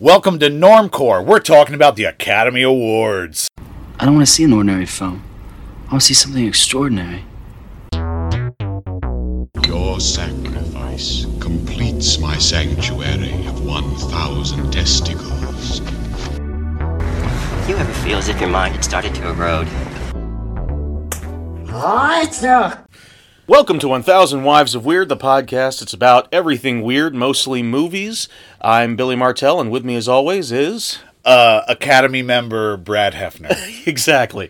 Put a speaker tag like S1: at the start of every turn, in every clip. S1: Welcome to Normcore. We're talking about the Academy Awards.
S2: I don't want to see an ordinary film. I want to see something extraordinary.
S3: Your sacrifice completes my sanctuary of 1,000 testicles.
S4: Do you ever feel as if your mind had started to erode?
S5: Welcome to 1000 Wives of Weird, the podcast. It's about everything weird, mostly movies. I'm Billy Martell, and with me, as always, is.
S1: Uh, Academy member Brad Hefner.
S5: Exactly.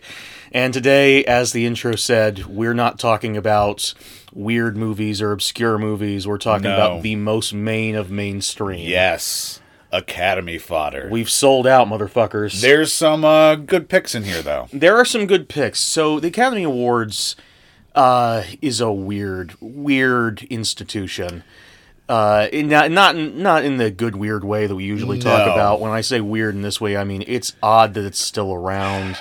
S5: And today, as the intro said, we're not talking about weird movies or obscure movies. We're talking
S1: No.
S5: about the most main of mainstream.
S1: yes, Academy fodder.
S5: We've sold out, motherfuckers.
S1: There's some uh, good picks in here, though.
S5: there are some good picks. So the Academy Awards uh, is a weird, weird institution. Uh, in- not not in, not in the good weird way that we usually talk
S1: No.
S5: about. When I say weird in this way, I mean it's odd that it's still around.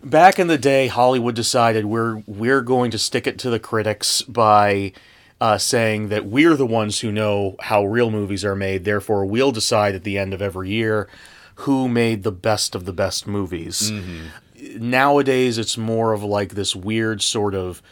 S5: Back in the day, Hollywood decided we're we're going to stick it to the critics by uh, saying that we're the ones who know how real movies are made. Therefore, we'll decide at the end of every year who made the best of the best movies nowadays it's more of like this weird sort of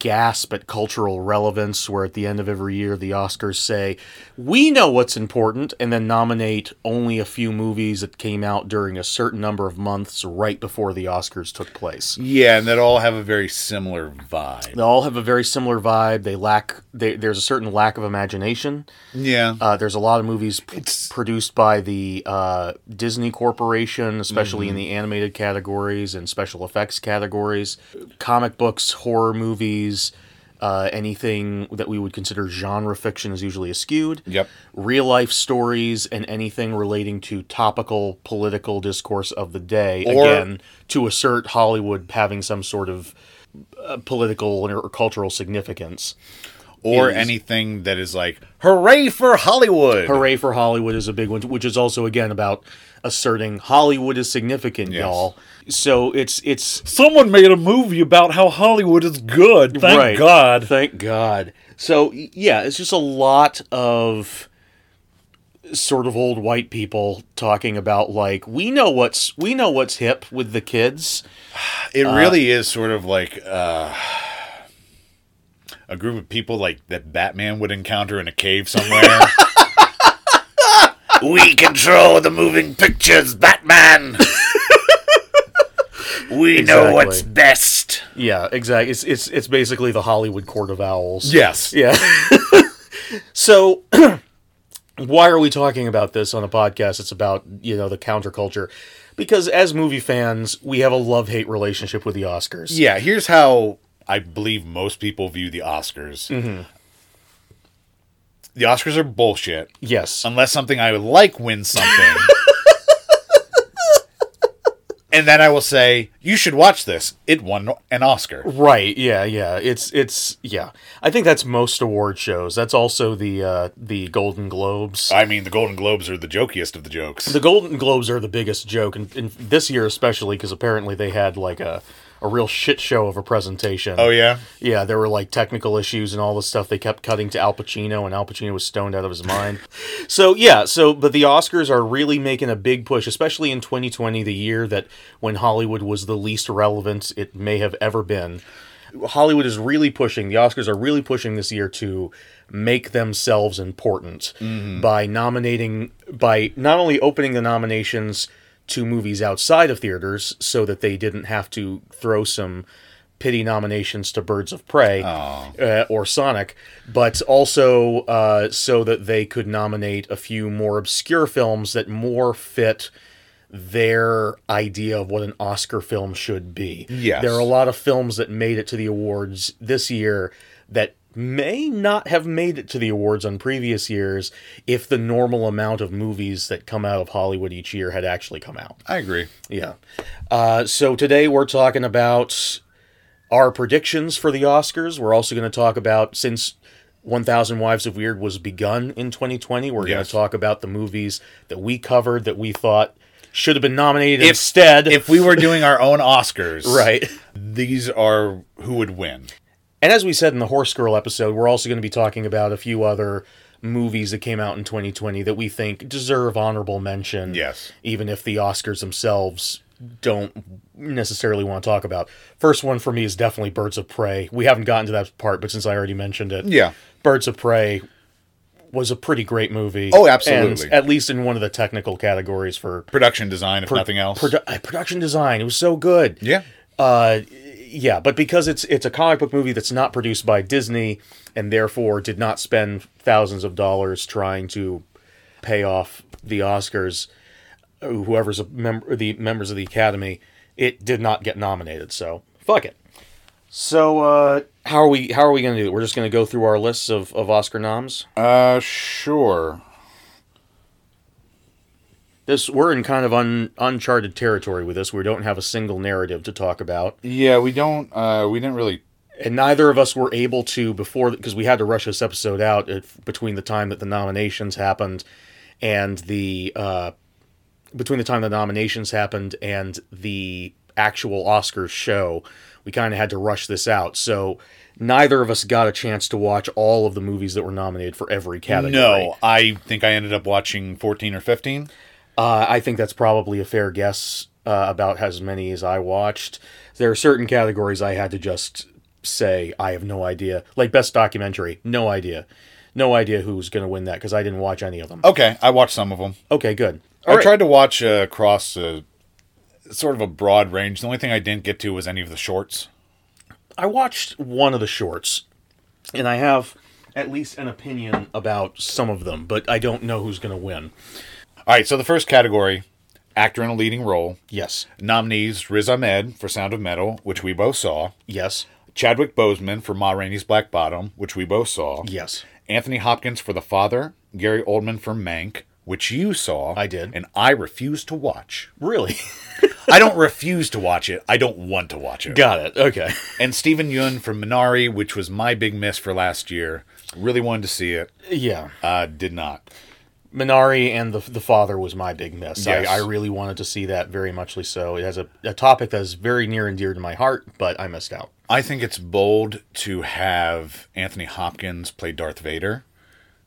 S5: gasp at cultural relevance where at the end of every year the Oscars say we know what's important and then nominate only a few movies that came out during a certain number of months right before the Oscars took place.
S1: Yeah, and that all have a very similar vibe.
S5: They all have a very similar vibe. They lack they, there's a certain lack of imagination.
S1: Yeah.
S5: Uh, there's a lot of movies p-
S1: It's-
S5: produced by the uh, Disney Corporation, especially
S1: Mm-hmm.
S5: in the animated categories and special effects categories. Comic books, horror movies, uh, anything that we would consider genre fiction is usually eschewed.
S1: Yep.
S5: Real life stories and anything relating to topical political discourse of the day.
S1: Or-
S5: Again, to assert Hollywood having some sort of uh, political or cultural significance.
S1: or
S5: is-
S1: anything that is like, hooray for Hollywood.
S5: Hooray for Hollywood is a big one, which is also again about asserting Hollywood is significant,
S1: Yes.
S5: y'all. So it's it's
S1: Someone made a movie about how Hollywood is good.
S5: Right. Thank God. So y- yeah, it's just a lot of sort of old white people talking about like we know what's we know what's hip with the kids.
S1: It really is sort of like uh, a group of people like that Batman would encounter in a cave somewhere. we control the moving pictures, Batman. we
S5: know what's Exactly.
S1: best.
S5: Yeah, exactly. It's it's it's basically the Hollywood Court of Owls.
S1: Yes.
S5: Yeah. so why are we talking about this on a podcast? It's about, you know, the counterculture. Because as movie fans, we have a love hate relationship with the Oscars.
S1: Yeah, here's how I believe most people view the Oscars. The Oscars are bullshit
S5: Yes.
S1: unless something I like wins something. and then I will say, "You should watch this. It won an Oscar."
S5: right. Yeah, yeah. It's it's yeah. I think that's most award shows. That's also the uh the Golden Globes.
S1: I mean, the Golden Globes are the jokiest of the jokes.
S5: the Golden Globes are the biggest joke, and, and this year especially because apparently they had like a, a real shit show of a presentation.
S1: oh yeah,
S5: Yeah, there were like technical issues and all this stuff. They kept cutting to Al Pacino, and Al Pacino was stoned out of his mind. so yeah, so but the Oscars are really making a big push, especially in 2020, the year that when Hollywood was the least relevant it may have ever been. Hollywood is really pushing. The Oscars are really pushing this year to make themselves important by nominating by not only opening the nominations to movies outside of theaters so that they didn't have to throw some pity nominations to Birds of Prey uh, or Sonic, but also uh, so that they could nominate a few more obscure films that more fit their idea of what an Oscar film should be.
S1: Yes.
S5: There are a lot of films that made it to the awards this year that may not have made it to the awards on previous years if the normal amount of movies that come out of Hollywood each year had actually come out.
S1: I agree.
S5: Yeah. Uh, so today we're talking about our predictions for the Oscars. We're also going to talk about since 1000 Wives of Weird was begun in 2020, we're going
S1: Yes.
S5: to talk about the movies that we covered that we thought should have been nominated instead.
S1: If we were doing our own Oscars,
S5: right.
S1: These are who would win.
S5: And as we said in the Horse Girl episode, we're also going to be talking about a few other movies that came out in 2020 that we think deserve honorable mention.
S1: Yes.
S5: Even if the Oscars themselves don't necessarily want to talk about. First one for me is definitely Birds of Prey. We haven't gotten to that part, but since I already mentioned it,
S1: Yeah.
S5: Birds of Prey was a pretty great movie.
S1: Oh, absolutely.
S5: And at least in one of the technical categories for
S1: Production design, if nothing else.
S5: produ- uh, production design. It was so good.
S1: yeah.
S5: Uh, yeah, but because it's it's a comic book movie that's not produced by Disney and therefore did not spend thousands of dollars trying to pay off the Oscars, uh, whoever's a member, the members of the Academy, it did not get nominated. So fuck it. So uh, how are we? How are we going to do it? We're just going to go through our lists of, of Oscar noms.
S1: Uh, sure.
S5: This we're in kind of un, uncharted territory with this. We don't have a single narrative to talk about.
S1: Yeah, we don't. Uh, we didn't really.
S5: and neither of us were able to before because we had to rush this episode out at, between the time that the nominations happened and the uh, between the time the nominations happened and the actual Oscars show. We kind of had to rush this out, so neither of us got a chance to watch all of the movies that were nominated for every category.
S1: No, I think I ended up watching fourteen or fifteen.
S5: Uh, I think that's probably a fair guess uh, about as many as I watched. There are certain categories I had to just say, I have no idea. Like best documentary, no idea. No idea who's going to win that because I didn't watch any of them.
S1: Okay, I watched some of them.
S5: Okay, good.
S1: I
S5: All right.
S1: tried to watch uh, across uh, sort of a broad range. The only thing I didn't get to was any of the shorts.
S5: I watched one of the shorts and I have at least an opinion about some of them, but I don't know who's going to win.
S1: All right, so the first category, actor in a leading role,
S5: Yes.
S1: nominees Riz Ahmed for Sound of Metal, which we both saw,
S5: Yes.
S1: Chadwick Boseman for Ma Rainey's Black Bottom, which we both saw,
S5: Yes.
S1: Anthony Hopkins for The Father, Gary Oldman for Mank, which you saw.
S5: I did.
S1: And I refuse to watch.
S5: Really?
S1: I don't refuse to watch it. I don't want to watch it.
S5: Got it. Okay.
S1: And Stephen Yun for Minari, which was my big miss for last year. Really wanted to see it.
S5: Yeah.
S1: Uh, did not.
S5: Minari and the the father was my big miss.
S1: Yes.
S5: I, I really wanted to see that very muchly so. It has a, a topic that is very near and dear to my heart, but I missed out.
S1: I think it's bold to have Anthony Hopkins play Darth Vader.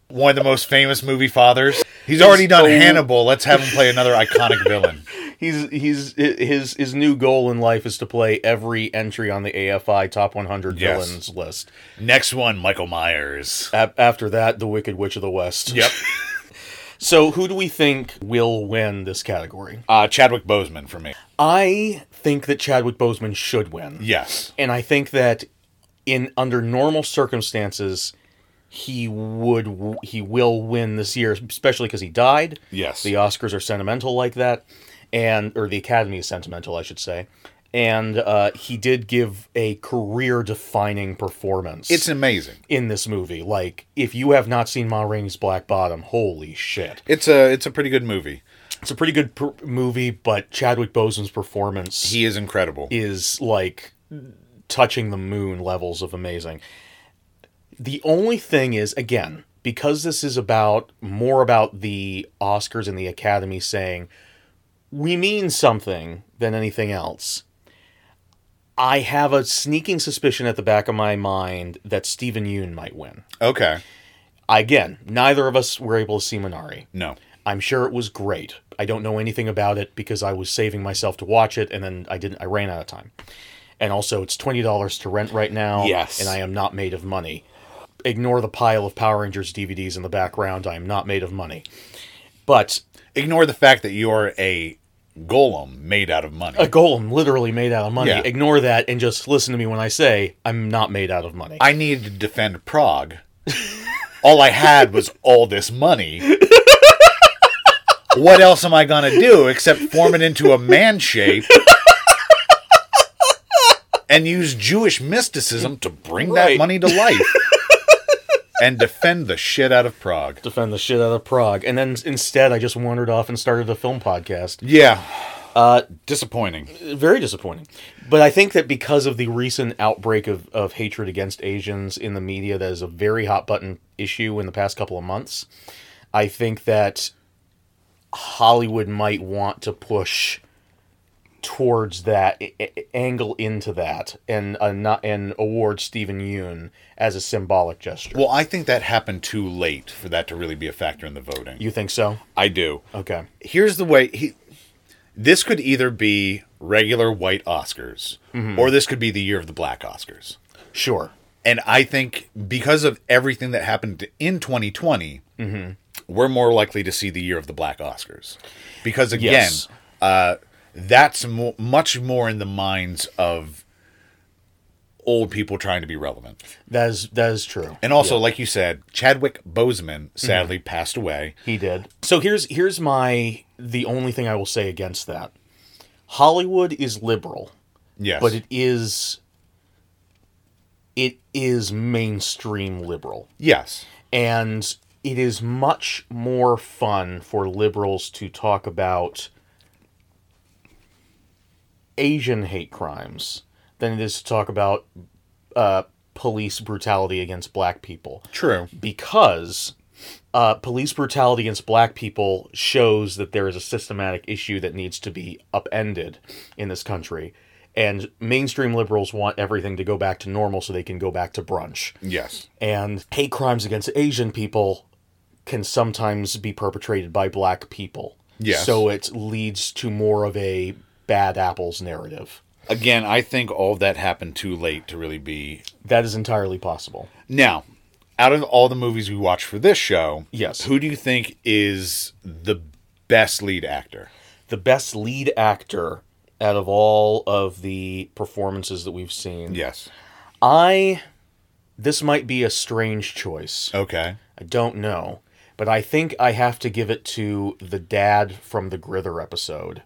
S1: One of the most famous movie fathers. He's already done
S5: so-
S1: Hannibal. Let's have him play another iconic villain.
S5: He's he's hi- his his new goal in life is to play every entry on the AFI top 100
S1: Yes.
S5: villains list.
S1: Next one, Michael Myers.
S5: A- after that, the Wicked Witch of the West. So who do we think will win this category?
S1: Uh, Chadwick Boseman for me.
S5: I think that Chadwick Boseman should win.
S1: Yes.
S5: and I think that in under normal circumstances, he would w- he will win this year, especially because he died.
S1: Yes.
S5: the Oscars are sentimental like that, and or the Academy is sentimental, I should say. And uh, he did give a career-defining performance
S1: It's amazing.
S5: in this movie. Like, if you have not seen Ma Rainey's Black Bottom, holy shit!
S1: It's a it's a pretty good movie.
S5: It's a pretty good per- movie, but Chadwick Boseman's performance
S1: He is incredible.
S5: is like touching the moon levels of amazing. The only thing is, again, because this is about more about the Oscars and the Academy saying we mean something than anything else. I have a sneaking suspicion at the back of my mind that Stephen Yoon might win.
S1: Okay.
S5: Again, neither of us were able to see Minari.
S1: No.
S5: I'm sure it was great. I don't know anything about it because I was saving myself to watch it and then I didn't I ran out of time. And also it's twenty dollars to rent right now.
S1: Yes.
S5: And I am not made of money. Ignore the pile of Power Rangers DVDs in the background. I am not made of money. But
S1: Ignore the fact that you're a golem made out of money.
S5: a golem literally made out of money.
S1: Yeah.
S5: Ignore that and just listen to me when I say I'm not made out of money.
S1: I needed to defend Prague. all I had was all this money. what else am I going to do except form it into a man shape and use Jewish mysticism to bring that
S5: Right.
S1: money to life and defend the shit out of Prague?
S5: defend the shit out of Prague. And then instead I just wandered off and started a film podcast.
S1: Yeah. Uh, Disappointing.
S5: very disappointing. But I think that because of the recent outbreak of, of hatred against Asians in the media, that is a very hot button issue in the past couple of months. I think that Hollywood might want to push towards that a- a- angle into that and uh, not and award Stephen Yoon as a symbolic gesture.
S1: Well, I think that happened too late for that to really be a factor in the voting.
S5: you think so?
S1: I do.
S5: Okay.
S1: Here's the way he this could either be regular white Oscars
S5: Mm-hmm.
S1: or this could be the year of the black Oscars.
S5: Sure.
S1: And I think because of everything that happened in 2020,
S5: Mm-hmm.
S1: we're more likely to see the year of the black Oscars. Because again,
S5: Yes.
S1: uh, that's mo- much more in the minds of old people trying to be relevant.
S5: That is that is true.
S1: And also, like you said, Chadwick Boseman sadly
S5: Mm-hmm.
S1: passed away.
S5: He did. So here's here's my the only thing I will say against that. Hollywood is liberal,
S1: Yes.
S5: but it is it is mainstream liberal.
S1: yes.
S5: And it is much more fun for liberals to talk about Asian hate crimes than it is to talk about uh, police brutality against black people
S1: True.
S5: because uh, police brutality against black people shows that there is a systematic issue that needs to be upended in this country. And mainstream liberals want everything to go back to normal so they can go back to brunch.
S1: Yes.
S5: And hate crimes against Asian people can sometimes be perpetrated by black people.
S1: Yes.
S5: So it leads to more of a bad apples narrative.
S1: Again, I think all of that happened too late to really be.
S5: That is entirely possible.
S1: Now, out of all the movies we watched for this show,
S5: Yes.
S1: who do you think is the best lead actor?
S5: the best lead actor out of all of the performances that we've seen.
S1: Yes.
S5: I this might be a strange choice.
S1: Okay.
S5: I don't know, but I think I have to give it to the dad from the Grither episode.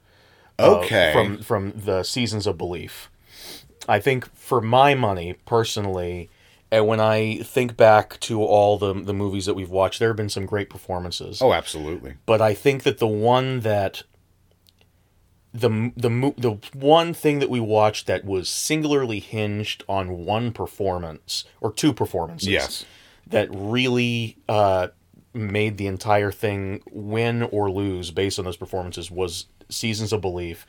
S5: uh,
S1: Okay.
S5: from from the Seasons of Belief. I think for my money personally and when I think back to all the the movies that we've watched, there have been some great performances
S1: oh, absolutely.
S5: but I think that the one that the the mo- the one thing that we watched that was singularly hinged on one performance or two performances
S1: Yes.
S5: that really uh, made the entire thing win or lose based on those performances was Seasons of Belief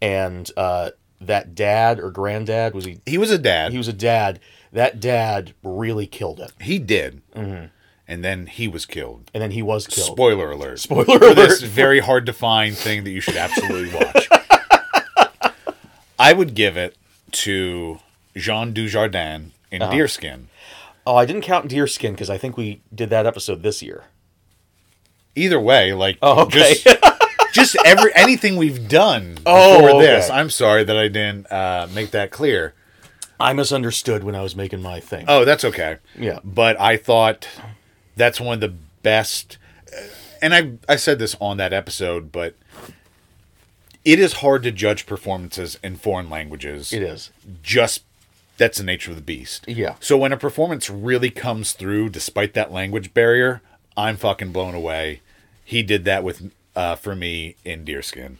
S5: and uh, that dad or granddad was he
S1: He was a dad.
S5: he was a dad that dad really killed it
S1: He did. And then he was killed.
S5: and then he was Mm-hmm. killed
S1: Spoiler alert.
S5: Spoiler
S1: For This
S5: alert.
S1: very hard to find thing that you should absolutely watch. I would give it to Jean Dujardin in
S5: Uh-huh.
S1: Deerskin.
S5: oh I didn't count Deerskin because I think we did that episode this year
S1: Either way, like
S5: Oh, okay.
S1: just just every anything we've done
S5: Oh,
S1: before this.
S5: okay.
S1: I'm sorry that I didn't uh, make that clear.
S5: I misunderstood when I was making my thing.
S1: Oh, that's okay.
S5: Yeah.
S1: But I thought that's one of the best. And I I said this on that episode, but it is hard to judge performances in foreign languages.
S5: it is.
S1: Just that's the nature of the beast.
S5: Yeah.
S1: So when a performance really comes through, despite that language barrier, I'm fucking blown away. He did that with uh, for me in Deerskin.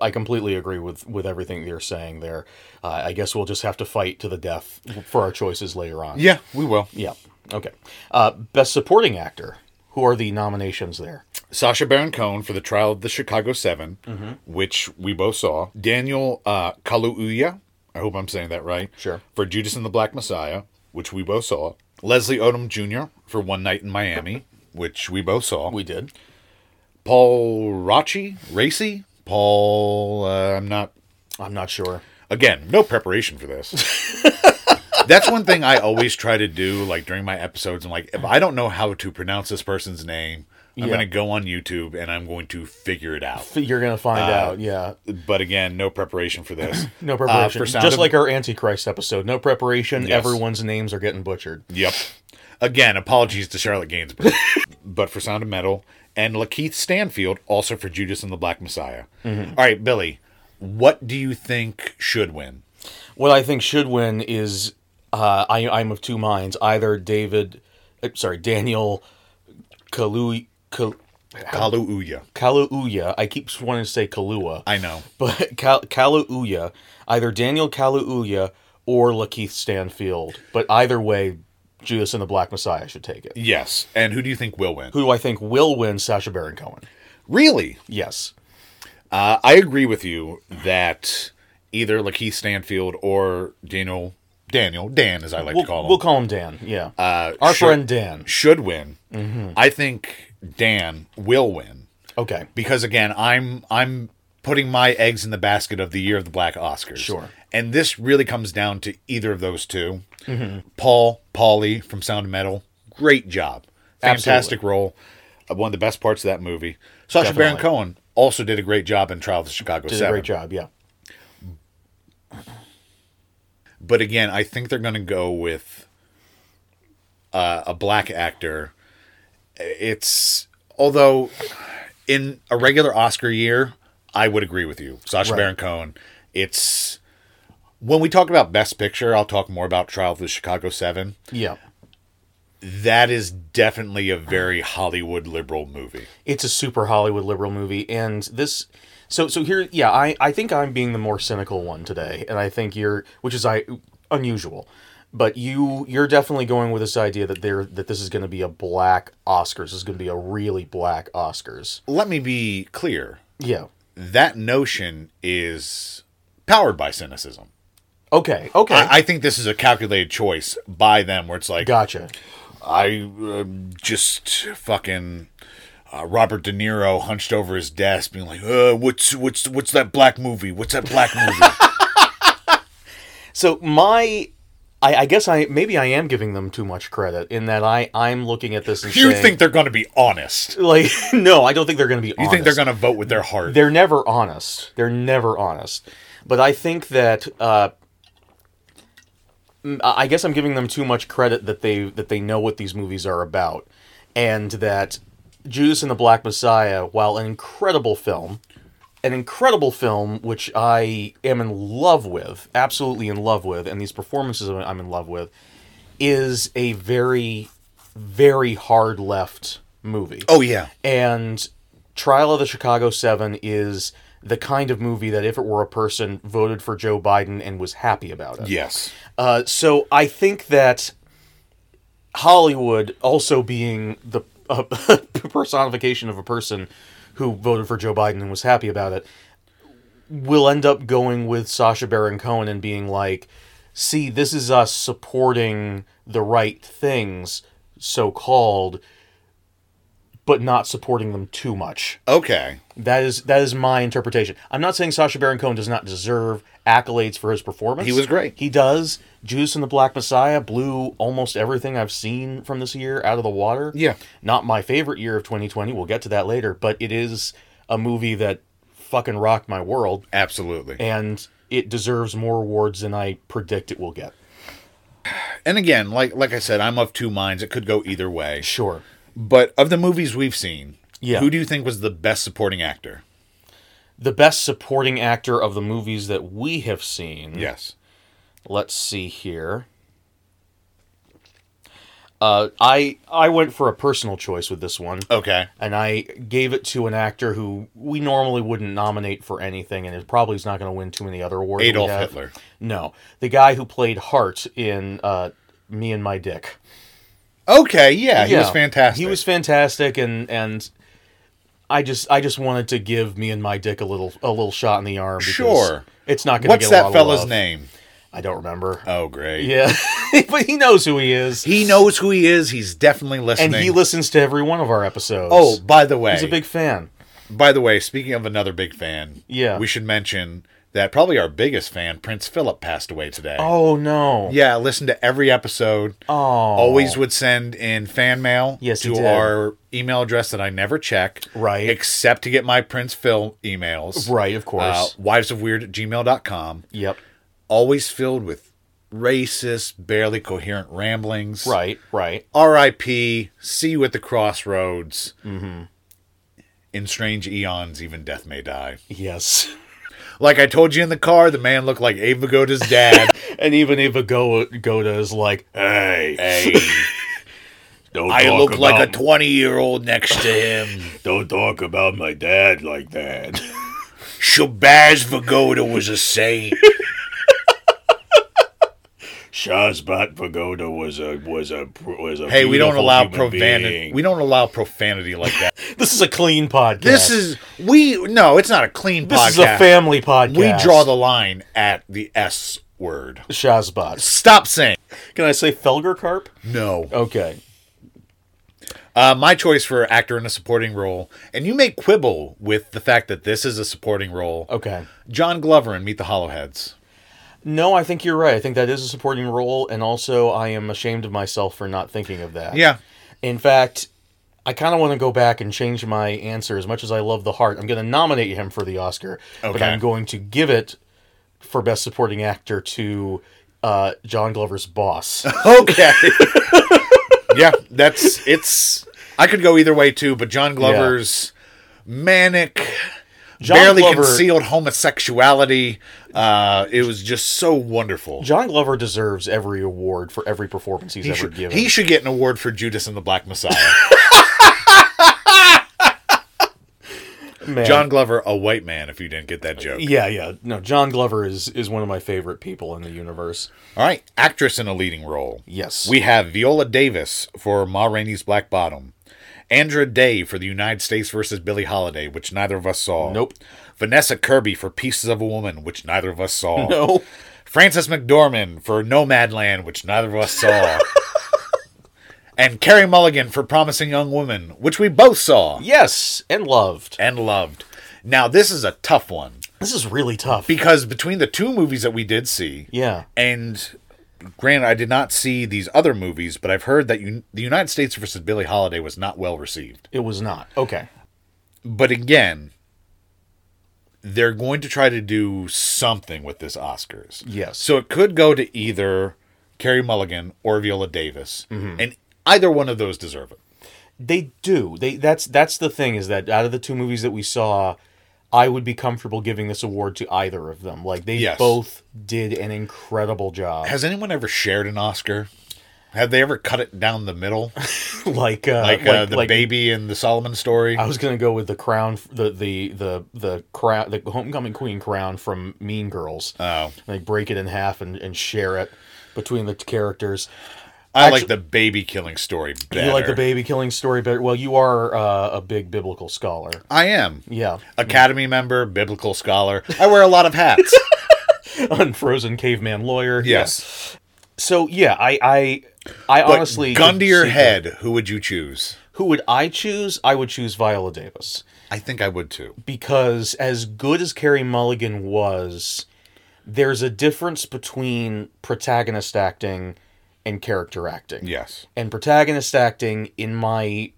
S5: I completely agree with with everything you're saying there. Uh, I guess we'll just have to fight to the death for our choices later on.
S1: Yeah, we will.
S5: Yeah. Okay. Uh, best supporting actor. Who are the nominations there?
S1: Sasha Baron Cohen for the trial of the Chicago 7 which we both saw. Daniel uh, Kaluuya, I hope I'm saying that right.
S5: Sure.
S1: For Judas and the Black Messiah, which we both saw. Leslie Odom Jr. for One Night in Miami, which we both saw.
S5: We did.
S1: Paul Rachi, Racy, Paul. Uh, I'm not.
S5: I'm not sure.
S1: Again, no preparation for this. That's one thing I always try to do, like during my episodes. I'm like, if I don't know how to pronounce this person's name, I'm
S5: Yeah.
S1: going to go on YouTube and I'm going to figure it out.
S5: You're gonna find out. Yeah.
S1: but again, no preparation for this.
S5: Uh,
S1: Uh,
S5: No preparation.
S1: for Sound
S5: just
S1: of-
S5: like our Antichrist episode. No preparation.
S1: Yes.
S5: Everyone's names are getting butchered.
S1: Yep. Again, apologies to Charlotte Gainsbourg, but for Sound of Metal and Lakeith Stanfield, also for Judas and the Black Messiah.
S5: Mm-hmm.
S1: All right, Billy, what do you think should win?
S5: What I think should win is uh, I, I'm of two minds. Either David, uh, sorry, Daniel Kalu, Kal,
S1: Kaluuya.
S5: Kaluuya. I keep wanting to say Kalua,
S1: I know.
S5: but Kal, Kaluuya. Either Daniel Kaluuya or Lakeith Stanfield. But either way, Judas and the Black Messiah should take it.
S1: Yes. And who do you think will win?
S5: Who do I think will win? Sasha Baron Cohen.
S1: Really?
S5: Yes.
S1: Uh, I agree with you that either Lakeith Stanfield or Daniel Daniel Dan, as I like
S5: We'll
S1: to call him,
S5: we'll call him Dan. Yeah.
S1: uh,
S5: Our
S1: should-
S5: friend Mm-hmm. Dan.
S1: should win. I think Dan will win
S5: Okay.
S1: because again, I'm I'm putting my eggs in the basket of the year of the Black Oscars.
S5: Sure.
S1: And this really comes down to either of those 2 Paul Pauly from Sound of Metal, great job, fantastic role, Uh, one of the best parts of that movie. Sacha Baron
S5: Definitely.
S1: Cohen also did a great job in Trial of the Chicago
S5: Did a
S1: Seven.
S5: great job. Yeah.
S1: But again, I think they're going to go with uh, a black actor. It's although in a regular Oscar year, I would agree with you, Sacha
S5: Right.
S1: Baron Cohen. It's when we talk about Best Picture, I'll talk more about Trial of the Chicago Seven.
S5: Yeah.
S1: That is definitely a very Hollywood liberal movie.
S5: it's a super Hollywood liberal movie, and this. So so here, yeah, I I think I'm being the more cynical one today, and I think you're, which is I unusual, but you you're definitely going with this idea that there that this is going to be a black Oscars. This is going to be a really black Oscars.
S1: Let me be clear:
S5: Yeah.
S1: that notion is powered by cynicism.
S5: Okay. Okay.
S1: I, I think this is a calculated choice by them, where it's like,
S5: gotcha.
S1: I um, just fucking uh, Robert De Niro hunched over his desk, being like, uh, "What's what's what's that black movie? What's that black movie?"
S5: So my. I, I guess I maybe I am giving them too much credit in that I I'm looking at this and
S1: you
S5: saying,
S1: think they're gonna be honest? You
S5: like no I don't think they're going to be you
S1: think they're gonna vote with their heart?
S5: they're never honest. They're never honest. But I think that uh, m- I guess I'm giving them too much credit that they that they know what these movies are about, and that Judas and the Black Messiah, while an incredible film, an incredible film which I am in love with, absolutely in love with, and these performances I'm- I'm in love with, is a very, very hard left movie
S1: oh yeah,
S5: and Trial of the Chicago Seven is the kind of movie that if it were a person voted for Joe Biden and was happy about it.
S1: yes.
S5: Uh, so I think that Hollywood also being the uh, personification of a person who voted for Joe Biden and was happy about it will end up going with Sasha Baron Cohen and being like, see, this is us supporting the right things, so called, but not supporting them too much.
S1: Okay,
S5: That is that is my interpretation. I'm not saying Sasha Baron Cohen does not deserve accolades for his performance.
S1: He was great.
S5: He does. Judas and the Black Messiah blew almost everything I've seen from this year out of the water.
S1: Yeah.
S5: Not my favorite year of 2020. We'll get to that later, but it is a movie that fucking rocked my world
S1: absolutely.
S5: and it deserves more awards than I predict it will get.
S1: And again, like like I said, I'm of two minds. It could go either way.
S5: Sure.
S1: But of the movies we've seen,
S5: Yeah.
S1: who do you think was the best supporting actor?
S5: The best supporting actor of the movies that we have seen.
S1: Yes.
S5: let's see here. Uh, I I went for a personal choice with this one,
S1: Okay.
S5: and I gave it to an actor who we normally wouldn't nominate for anything, and it probably is not going to win too many other awards. that we
S1: Adolf
S5: have.
S1: Hitler.
S5: No, the guy who played Hart in uh, Me and My Dick.
S1: Okay. Yeah, he was
S5: Yeah.
S1: fantastic.
S5: He was fantastic, and and I just I just wanted to give Me and My Dick a little a little shot in the arm. because
S1: Sure.
S5: it's not going to
S1: What's
S5: get a lot
S1: that
S5: of
S1: fella's
S5: love.
S1: name?
S5: I don't remember.
S1: Oh, great.
S5: Yeah, but he knows who he is.
S1: He knows who he is. He's definitely listening.
S5: and he listens to every one of our episodes.
S1: Oh, by the way,
S5: he's a big fan.
S1: by the way, speaking of another big fan,
S5: Yeah.
S1: we should mention that probably our biggest fan, Prince Philip, passed away today.
S5: Oh no.
S1: Yeah, listened to every episode.
S5: Oh.
S1: Always would send in fan mail
S5: Yes, he
S1: to
S5: did.
S1: our email address that I never check.
S5: Right.
S1: Except to get my Prince Phil emails.
S5: Right, of course.
S1: Uh, wives of weird at gmail.com.
S5: Yep.
S1: Always filled with racist, barely coherent ramblings.
S5: Right. Right.
S1: R.I.P. See you at the crossroads. In strange eons, even death may die.
S5: Yes.
S1: Like I told you in the car, the man looked like Abe Vigoda's dad.
S5: And even Eva Go- Goda is like, hey,
S1: hey,
S5: don't
S1: I
S5: talk
S1: look like a
S5: about-
S1: twenty-year-old next to him.
S5: don't talk about my dad like that.
S1: Shabazz Vigoda was a saint.
S5: Shazbat Pagoda was a was a was a.
S1: Hey, we don't
S5: beautiful
S1: allow
S5: human
S1: profanity.
S5: being.
S1: We don't allow profanity like that.
S5: this is a clean podcast.
S1: This is we no, it's not a clean
S5: this
S1: podcast.
S5: is a family podcast.
S1: We draw the line at the S word.
S5: Shazbat.
S1: Stop saying
S5: Can I say Felgerkarp?
S1: no.
S5: Okay.
S1: Uh, my choice for actor in a supporting role, and you may quibble with the fact that this is a supporting role. uh,
S5: Okay.
S1: John Glover in Meet the Hollowheads.
S5: No, I think you're right. I think that is a supporting role, and also I am ashamed of myself for not thinking of that.
S1: Yeah,
S5: In fact, I kind of want to go back and change my answer. As much as I love the heart, I'm going to nominate him for the Oscar, but
S1: Okay.
S5: I'm going to give it for best supporting actor to uh, John Glover's boss.
S1: Okay. yeah, that's it's. I could go either way too, but John Glover's manic,
S5: John
S1: barely
S5: Glover-
S1: concealed homosexuality. Uh, it was just so wonderful.
S5: John Glover deserves every award for every performance he's
S1: He
S5: ever
S1: should,
S5: given.
S1: he should get an award for Judas and the Black Messiah.
S5: Man.
S1: John Glover, a white man, if you didn't get that joke.
S5: Yeah, yeah. No, John Glover is is one of my favorite people in the universe.
S1: All right, actress in a leading role.
S5: Yes.
S1: We have Viola Davis for Ma Rainey's Black Bottom, Andra Day for The United States versus Billie Holiday, which neither of us saw.
S5: Nope.
S1: Vanessa Kirby for Pieces of a Woman, which neither of us saw.
S5: No.
S1: Frances McDormand for Nomadland, which neither of us saw. and Carrie Mulligan for Promising Young Woman, which we both saw
S5: Yes, and loved.
S1: and loved. Now, this is a tough one
S5: This is really tough.
S1: because between the two movies that we did see,
S5: yeah.
S1: and granted, I did not see these other movies, but I've heard that you, the United States versus Billie Holiday was not well received.
S5: It was not. Okay.
S1: But again, they're going to try to do something with this Oscars.
S5: Yes.
S1: So it could go to either Carrie Mulligan or Viola Davis,
S5: Mm-hmm.
S1: and either one of those deserve it.
S5: They do. They that's that's the thing is that out of the two movies that we saw, I would be comfortable giving this award to either of them. Like they
S1: Yes.
S5: both did an incredible job.
S1: Has anyone ever shared an Oscar? Have they ever cut it down the middle,
S5: like uh,
S1: like, uh, the baby in the Solomon story?
S5: I was gonna go with the crown, the the the the crown, the homecoming queen crown from Mean Girls.
S1: Oh.
S5: like break it in half and, and share it between the characters.
S1: I like
S5: actu-
S1: the baby killing story better.
S5: You like the baby killing story better? Well, you are uh, a big biblical scholar.
S1: I am.
S5: Yeah,
S1: Academy member, biblical scholar. I wear a lot of hats.
S5: unfrozen caveman lawyer.
S1: yes.
S5: So yeah, I I I
S1: But
S5: honestly
S1: gun to
S5: could
S1: your
S5: see
S1: head, who would you choose?
S5: that. Who would I choose? I would choose Viola Davis
S1: I think I would too.
S5: because as good as Carrie Mulligan was, there's a difference between protagonist acting and character acting.
S1: Yes.
S5: and protagonist acting in my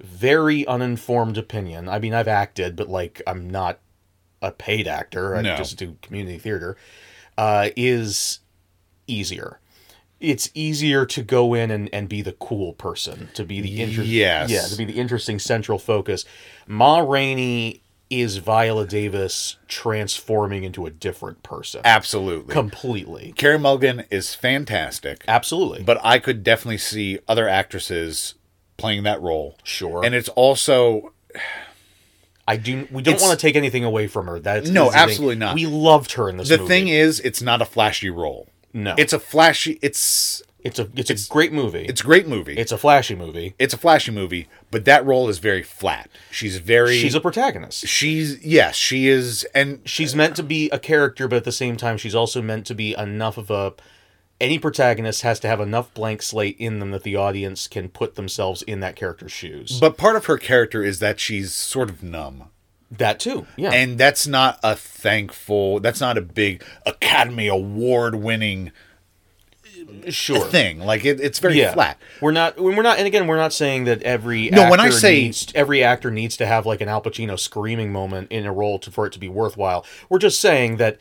S5: very uninformed opinion i mean i've acted but like i'm not a paid actor i
S1: No.
S5: just do community theater uh, is easier it's easier to go in and, and be the cool person to be the inter-
S1: Yes.
S5: yeah to be the interesting central focus ma rainey is viola davis transforming into a different person
S1: Absolutely.
S5: completely
S1: Carrie Mulligan is fantastic,
S5: absolutely
S1: but I could definitely see other actresses playing that role.
S5: sure
S1: And it's also
S5: I do. We don't
S1: It's-
S5: want to take anything away from her. That's
S1: No,
S5: that's the thing.
S1: absolutely not.
S5: We loved her in this.
S1: the
S5: movie.
S1: thing is, it's not a flashy role.
S5: no,
S1: It's a flashy. It's
S5: it's a it's, a great movie. It's
S1: it's a great movie. It's
S5: it's a flashy movie.
S1: it's a flashy movie, but that role is very flat. She's very
S5: She's a protagonist.
S1: she's yes she is and
S5: She's meant to be a character, but at the same time, she's also meant to be enough of a. Any protagonist has to have enough blank slate in them that the audience can put themselves in that character's shoes.
S1: But part of her character is that she's sort of numb.
S5: that too, yeah.
S1: And that's not a thankful, that's not a big Academy Award winning
S5: sure.
S1: thing. Like, it, it's very
S5: yeah.
S1: flat.
S5: We're not. We're not. And again, we're not saying that every
S1: No, when I
S5: actor
S1: say-
S5: needs, every actor needs to have like an Al Pacino screaming moment in a role to, for it to be worthwhile. We're just saying that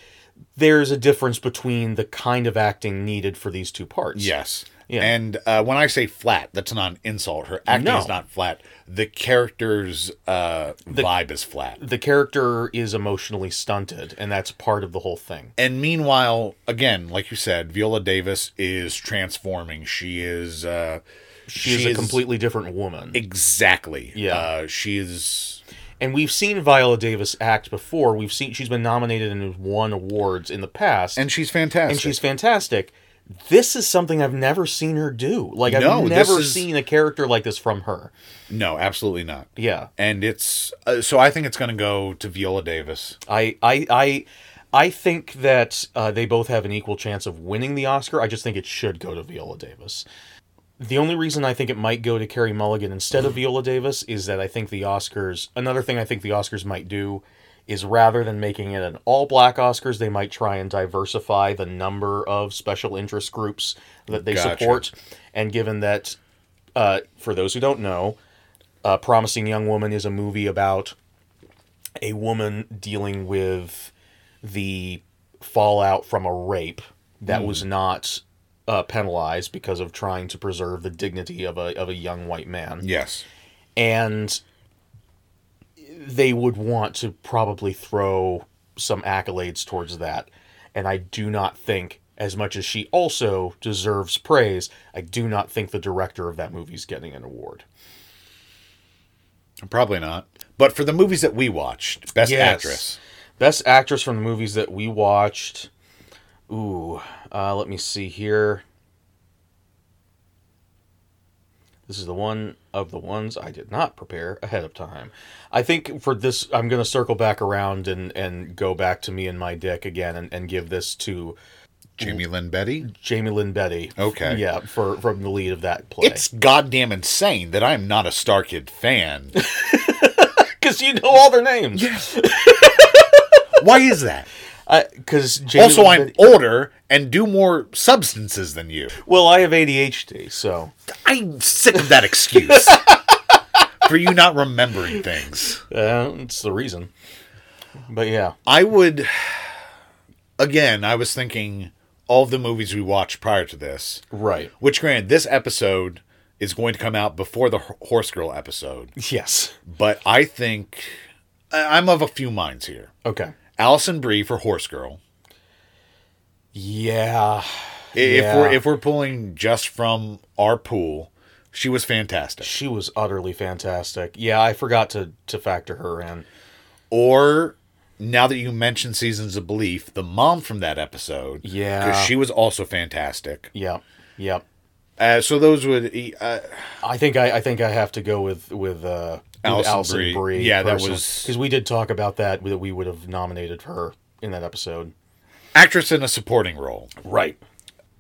S5: there's a difference between the kind of acting needed for these two parts.
S1: Yes.
S5: Yeah.
S1: And uh, when I say flat, that's not an insult. Her acting
S5: No.
S1: is not flat. The character's uh, vibe is flat.
S5: The character is emotionally stunted, and that's part of the whole thing.
S1: And meanwhile, again, like you said, Viola Davis is transforming. She is. Uh,
S5: She's a completely different woman.
S1: Exactly.
S5: Yeah.
S1: Uh, she is.
S5: and we've seen Viola Davis act before. We've seen she's been nominated and won awards in the past.
S1: And she's fantastic.
S5: and she's fantastic. This is something I've never seen her do. Like I've
S1: No, this
S5: never
S1: is-
S5: seen a character like this from her.
S1: No, absolutely not.
S5: Yeah.
S1: And it's uh, so I think it's going to go to Viola Davis.
S5: I I I I think that uh, they both have an equal chance of winning the Oscar. I just think it should go to Viola Davis. The only reason I think it might go to Carrie Mulligan instead of Viola Davis is that I think the Oscars. Another thing I think the Oscars might do is rather than making it an all black Oscars, they might try and diversify the number of special interest groups that they
S1: Gotcha.
S5: support. And given that, uh, for those who don't know, uh, Promising Young Woman is a movie about a woman dealing with the fallout from a rape that was not uh, penalized because of trying to preserve the dignity of a of a young white man,
S1: Yes.
S5: and they would want to probably throw some accolades towards that. And I do not think, as much as she also deserves praise, I do not think the director of that movie is getting an award.
S1: Probably not. But for the movies that we watched, Best
S5: Yes.
S1: Actress.
S5: Best actress from the movies that we watched. Ooh, uh, let me see here. This is the one of the ones I did not prepare ahead of time. I think for this, I'm going to circle back around and, and go back to me and my dick again and, and give this to
S1: Jamie Lynn Betty.
S5: Jamie Lynn Betty.
S1: Okay.
S5: Yeah, for from the lead of that play.
S1: It's goddamn insane that I'm not a Star Kid fan.
S5: Because you know all their names.
S1: Why is that?
S5: Because Uh, Jamie
S1: also,
S5: Lynn
S1: I'm
S5: Betty-
S1: older and do more substances than you.
S5: Well, I have ADHD, so.
S1: I'm sick of that excuse for you not remembering things.
S5: Uh, it's the reason. But yeah.
S1: I would, again, I was thinking all of the movies we watched prior to this,
S5: Right.
S1: which, granted, this episode is going to come out before the H- Horse Girl episode,
S5: Yes.
S1: but I think I- I'm of a few minds here.
S5: Okay.
S1: Allison Brie for Horse Girl. I-
S5: Yeah.
S1: If we're
S5: Yeah.
S1: if we're pulling just from our pool, she was fantastic.
S5: She was utterly fantastic. Yeah, I forgot to to factor her in.
S1: Or now that you mention Seasons of Belief, the mom from that episode,
S5: Yeah.
S1: she was also fantastic.
S5: Yep. Yep.
S1: Uh, so those would uh,
S5: I think I, I think I have to go with with uh
S1: Alison Brie. Yeah, that was-
S5: because we did talk about that that we would have nominated her in that episode.
S1: actress in a supporting role.
S5: Right.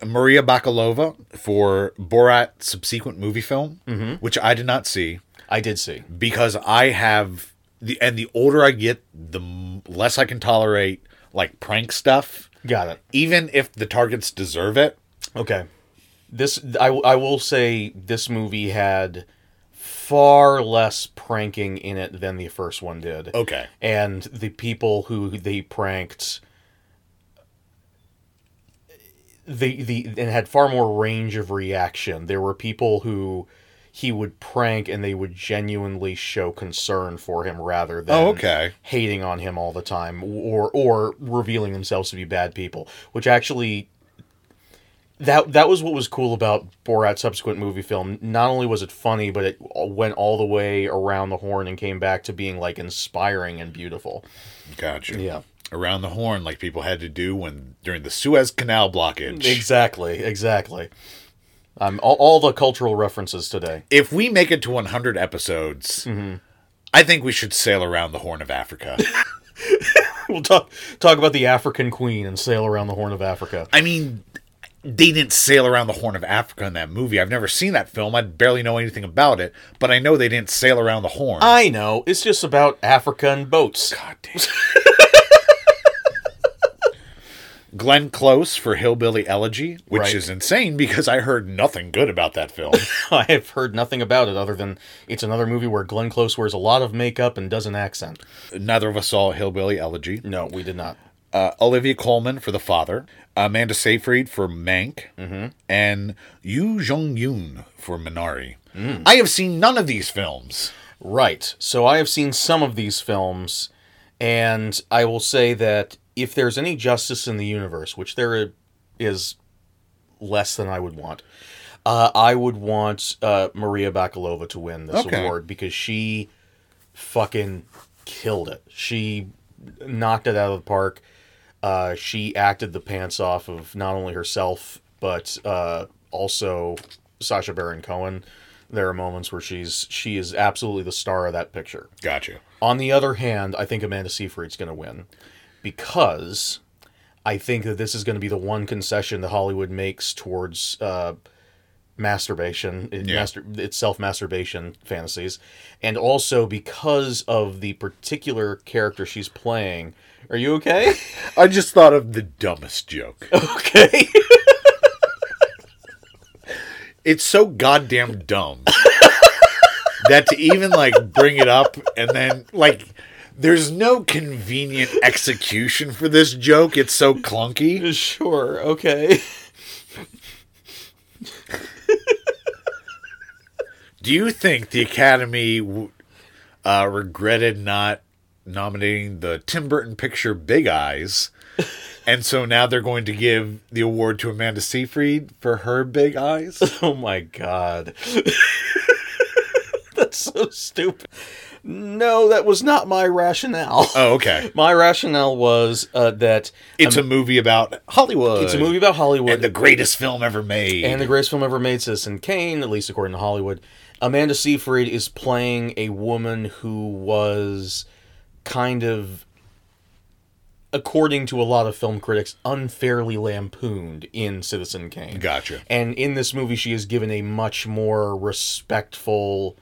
S1: Maria Bakalova for Borat subsequent movie film,
S5: Mm-hmm.
S1: which I did not see
S5: I did see.
S1: because I have the and the older I get, the m- less I can tolerate like prank stuff,
S5: Got it.
S1: even if the targets deserve it.
S5: Okay. This I I will say this movie had far less pranking in it than the first one did.
S1: Okay.
S5: and the people who they pranked the the and had far more range of reaction there were people who he would prank and they would genuinely show concern for him rather than
S1: Oh, okay.
S5: hating on him all the time or or revealing themselves to be bad people which actually that that was what was cool about Borat's subsequent movie film. Not only was it funny, but it went all the way around the horn and came back to being like inspiring and beautiful.
S1: Gotcha.
S5: Yeah.
S1: Around the horn, like people had to do when during the Suez Canal blockage.
S5: Exactly, exactly. Um, all, all the cultural references today.
S1: If we make it to 100 episodes, I think we should sail around the Horn of Africa.
S5: We'll talk talk about the African Queen and sail around the Horn of Africa.
S1: I mean, they didn't sail around the Horn of Africa in that movie. I've never seen that film. I barely know anything about it, but I know they didn't sail around the horn.
S5: I know it's just about African boats.
S1: God damn. Glenn Close for Hillbilly Elegy, which
S5: Right.
S1: is insane because I heard nothing good about that film.
S5: I have heard nothing about it other than it's another movie where Glenn Close wears a lot of makeup and does an accent.
S1: Neither of us saw Hillbilly Elegy.
S5: No, we did not.
S1: Uh, Olivia Coleman for The Father, Amanda Seyfried for Mank, and Yu Jong Yoon for Minari. I have seen none of these films.
S5: Right. So I have seen some of these films, and I will say that if there's any justice in the universe, which there is less than I would want, uh, I would want uh, Maria Bakalova to win this
S1: Okay.
S5: award because she fucking killed it. She knocked it out of the park. Uh, she acted the pants off of not only herself but uh, also Sasha Baron Cohen. There are moments where she's she is absolutely the star of that picture.
S1: Gotcha.
S5: On the other hand, I think Amanda Seyfried's going to win because I think that this is going to be the one concession that Hollywood makes towards uh, masturbation, it-
S1: Yeah.
S5: mastur- it's self masturbation fantasies, and also because of the particular character she's playing. Are you okay?
S1: I just thought of the dumbest joke.
S5: okay.
S1: it's so goddamn dumb that to even like bring it up and then like there's no convenient execution for this joke. It's so clunky.
S5: sure. Okay.
S1: Do you think the Academy w- uh, regretted not nominating the Tim Burton picture Big Eyes? And so now they're going to give the award to Amanda Seyfried for her big eyes?
S5: Oh my god. That's so stupid. No, that was not my rationale.
S1: Oh, okay.
S5: My rationale was uh, that
S1: It's a movie about Hollywood.
S5: it's a movie about Hollywood
S1: and the greatest film ever made.
S5: and the greatest film ever made, Citizen Kane, at least according to Hollywood. Amanda Seyfried is playing a woman who was kind of, according to a lot of film critics, unfairly lampooned in Citizen Kane.
S1: Gotcha.
S5: And in this movie, she is given a much more respectful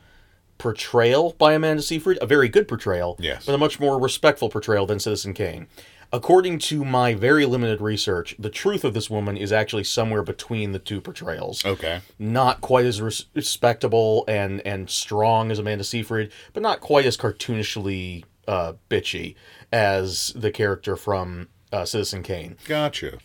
S5: portrayal by Amanda Seyfried, a very good portrayal,
S1: Yes.
S5: but a much more respectful portrayal than Citizen Kane. According to my very limited research, the truth of this woman is actually somewhere between the two portrayals.
S1: Okay.
S5: Not quite as res- respectable and and strong as Amanda Seyfried, but not quite as cartoonishly uh, bitchy as the character from uh, Citizen Kane.
S1: Gotcha.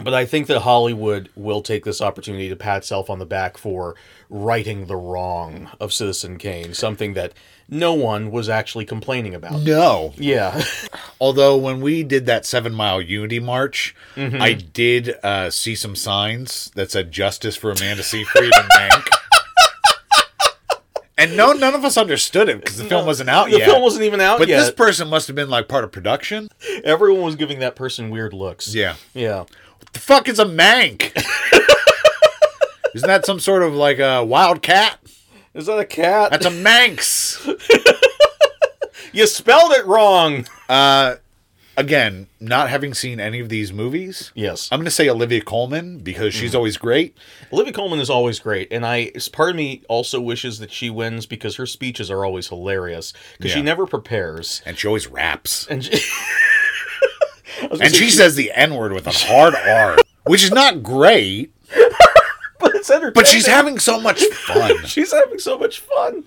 S5: But I think that Hollywood will take this opportunity to pat itself on the back for righting the wrong of Citizen Kane, something that no one was actually complaining
S1: Mm.
S5: about.
S1: No.
S5: Yeah.
S1: Although when we did that seven mile unity march,
S5: Mm-hmm.
S1: I did uh, see some signs that said justice for Amanda Seyfried and Mank. And no, none of us understood it because the film wasn't out
S5: Oh, the
S1: yet.
S5: film wasn't even out
S1: but
S5: yet.
S1: this person must have been like part of production.
S5: Everyone was giving that person weird looks.
S1: Yeah.
S5: Yeah.
S1: The fuck is a mank? Isn't that some sort of like a wild cat?
S5: Is that a cat?
S1: That's a manx.
S5: you spelled it wrong.
S1: Again, not having seen any of these movies,
S5: Yes.
S1: I'm going to say Olivia Colman because she's
S5: Mm-hmm.
S1: always great.
S5: Olivia Coleman is always great, and I part of me also wishes that she wins because her speeches are always hilarious because she
S1: Yeah.
S5: never prepares.
S1: and she always raps.
S5: And she, I was gonna
S1: And
S5: say
S1: she says the N word with a hard R, which is not great,
S5: but it's entertaining.
S1: but she's having so much fun.
S5: she's having so much fun.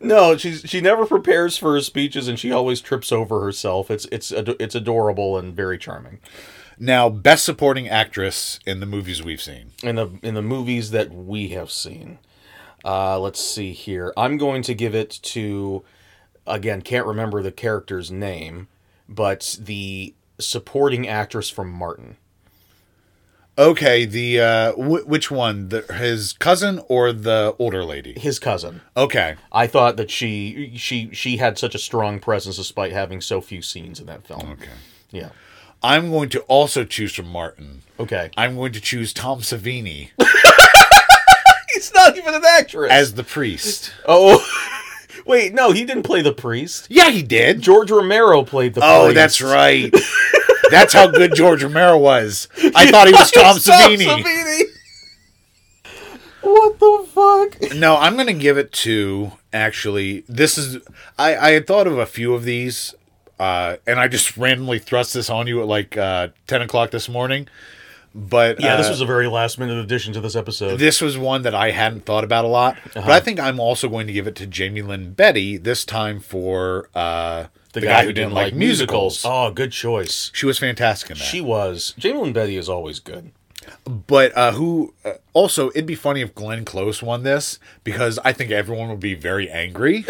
S5: No, she's she never prepares for her speeches, and she always trips over herself. It's it's ad- it's adorable and very charming.
S1: Now, best supporting actress in the movies we've seen.
S5: In the in the movies that we have seen, uh, let's see here. I'm going to give it to again. Can't remember the character's name, but the supporting actress from Martin.
S1: Okay, the uh wh- which one? The, his cousin or the older lady?
S5: His cousin.
S1: Okay.
S5: I thought that she she she had such a strong presence despite having so few scenes in that film.
S1: Okay.
S5: Yeah.
S1: I'm going to also choose from Martin.
S5: Okay.
S1: I'm going to choose Tom Savini
S5: He's not even an actress.
S1: as the priest.
S5: Oh, wait, no, he didn't play the priest.
S1: Yeah, he did.
S5: George Romero played the
S1: Oh,
S5: priest.
S1: that's right. That's how good George Romero was. I thought he was Tom
S5: It's
S1: Savini.
S5: Savini. What the fuck?
S1: No, I'm going to give it to actually. This is I I had thought of a few of these, uh, and I just randomly thrust this on you at like uh, ten o'clock this morning. But
S5: Yeah, this
S1: uh,
S5: was a very last minute addition to this episode.
S1: this was one that I hadn't thought about a lot. But I think I'm also going to give it to Jamie Lynn Betty this time for uh, the, guy, who didn't, like musicals.
S5: Oh, good choice.
S1: She was fantastic in that.
S5: She was. Jamie Lynn Betty is always good.
S1: but uh, who uh, also it'd be funny if Glenn Close won this because I think everyone would be very angry.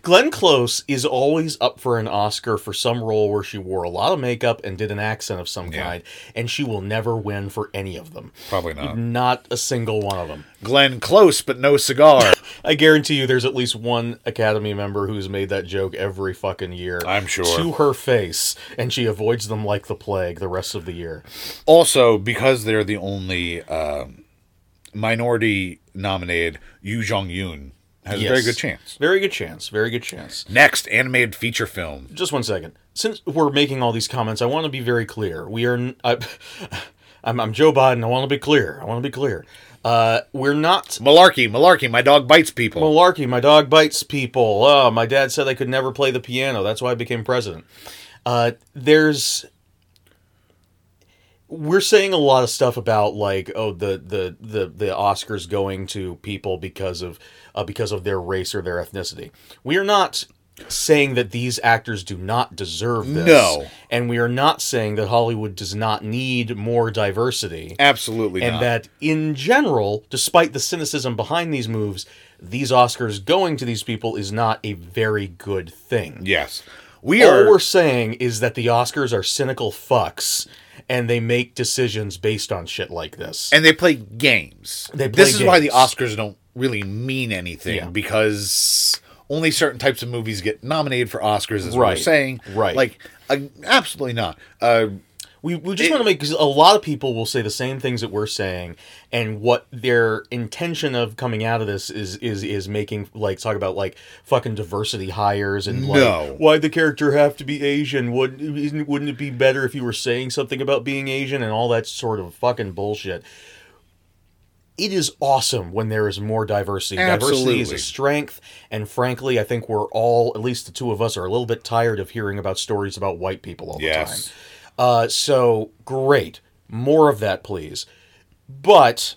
S5: Glenn Close is always up for an Oscar for some role where she wore a lot of makeup and did an accent of some
S1: Yeah.
S5: kind, and she will never win for any of them.
S1: Probably not.
S5: Not a single one of them.
S1: Glenn Close, but no cigar.
S5: I guarantee you there's at least one Academy member who's made that joke every fucking year.
S1: I'm sure.
S5: To her face, and she avoids them like the plague the rest of the year.
S1: also, because they're the only um, minority nominated, Yu Jong Yoon has a very
S5: Yes.
S1: good chance.
S5: Very good chance. Very good chance.
S1: Next, animated feature film.
S5: Just one second. Since we're making all these comments, I want to be very clear. We are. n- I, I'm, I'm Joe Biden. I want to be clear. I want to be clear. Uh, we're not
S1: Malarkey, malarkey, my dog bites people.
S5: malarkey. My dog bites people. Oh, my dad said I could never play the piano. That's why I became president. Uh, there's. We're saying a lot of stuff about like oh the the the the Oscars going to people because of uh, because of their race or their ethnicity. We are not saying that these actors do not deserve this.
S1: No.
S5: and we are not saying that Hollywood does not need more diversity
S1: Absolutely
S5: and
S1: not.
S5: that in general, despite the cynicism behind these moves, these Oscars going to these people is not a very good thing.
S1: yes. We
S5: All
S1: are
S5: we're saying is that the Oscars are cynical fucks and they make decisions based on shit like this.
S1: and they play games.
S5: They play
S1: this is why the
S5: games.
S1: Oscars don't really mean anything
S5: Yeah.
S1: because only certain types of movies get nominated for Oscars. Is what we're
S5: Right.
S1: saying.
S5: Right.
S1: Like, uh, absolutely not. Uh,
S5: we, we just want to make because a lot of people will say the same things that we're saying, and what their intention of coming out of this is is is making like talk about like fucking diversity hires and
S1: No.
S5: like why the character have to be Asian? Would isn't, wouldn't it be better if you were saying something about being Asian and all that sort of fucking bullshit? It is awesome when there is more diversity. Diversity is
S1: Absolutely.
S5: a strength, and frankly, I think we're all, at least the two of us, are a little bit tired of hearing about stories about white people all the time.
S1: yes.
S5: Uh, so great, more of that, please. But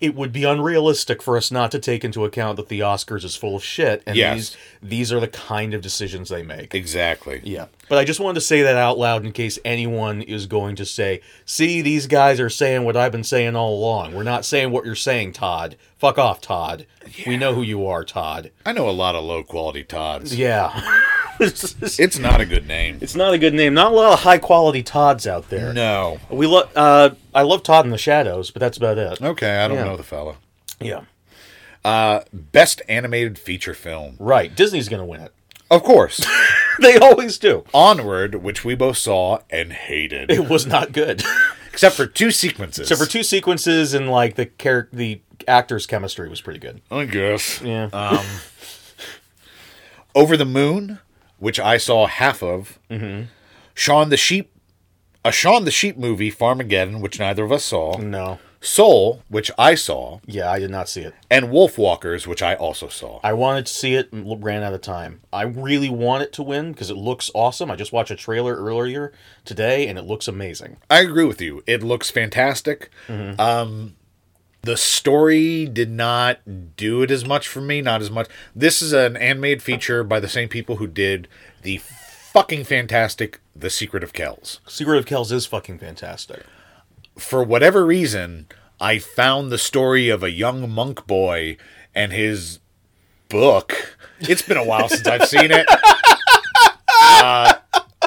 S5: it would be unrealistic for us not to take into account that the Oscars is full of shit, and
S1: Yes.
S5: these these are the kind of decisions they make.
S1: Exactly.
S5: Yeah, but I just wanted to say that out loud in case anyone is going to say, "See, these guys are saying what I've been saying all along. We're not saying what you're saying, Todd. Fuck off, Todd. We know who you are, Todd."
S1: I know a lot of low quality Tods.
S5: Yeah,
S1: It's not a good name.
S5: it's not a good name. Not a lot of high quality Todds out there.
S1: No.
S5: We love. Uh, I love Todd in the Shadows, but that's about it.
S1: Okay, I don't
S5: Yeah.
S1: know the fella.
S5: Yeah,
S1: Best animated feature film.
S5: right. Disney's gonna win it.
S1: Of course.
S5: They always do.
S1: Onward, which we both saw and hated.
S5: It was not good,
S1: Except for two sequences.
S5: except for two sequences and like the char- the actors' chemistry was pretty good.
S1: I guess. Um,
S5: Yeah,
S1: Over the Moon, which I saw half of.
S5: Mm-hmm.
S1: Shaun the Sheep, a Shaun the Sheep movie, Farmageddon, which neither of us saw.
S5: no.
S1: Soul, which I saw,
S5: Yeah, I did not see it.
S1: and Wolf Walkers, which I also saw.
S5: I wanted to see it and l- ran out of time. I really want it to win because it looks awesome. I just watched a trailer earlier today and it looks amazing.
S1: I agree with you. It looks fantastic. Um, the story did not do it as much for me. Not as much. This is an animated feature by the same people who did the fucking fantastic The Secret of Kells.
S5: Secret of Kells is fucking fantastic.
S1: For whatever reason, I found the story of a young monk boy and his book. It's been a while since I've seen it. Uh,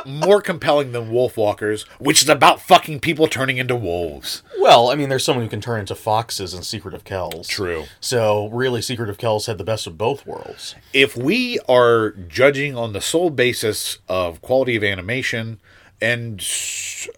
S1: more compelling than Wolf Walkers, which is about fucking people turning into wolves.
S5: Well, I mean, there's someone who can turn into foxes in Secret of Kells.
S1: True.
S5: So really, Secret of Kells had the best of both worlds.
S1: if we are judging on the sole basis of quality of animation and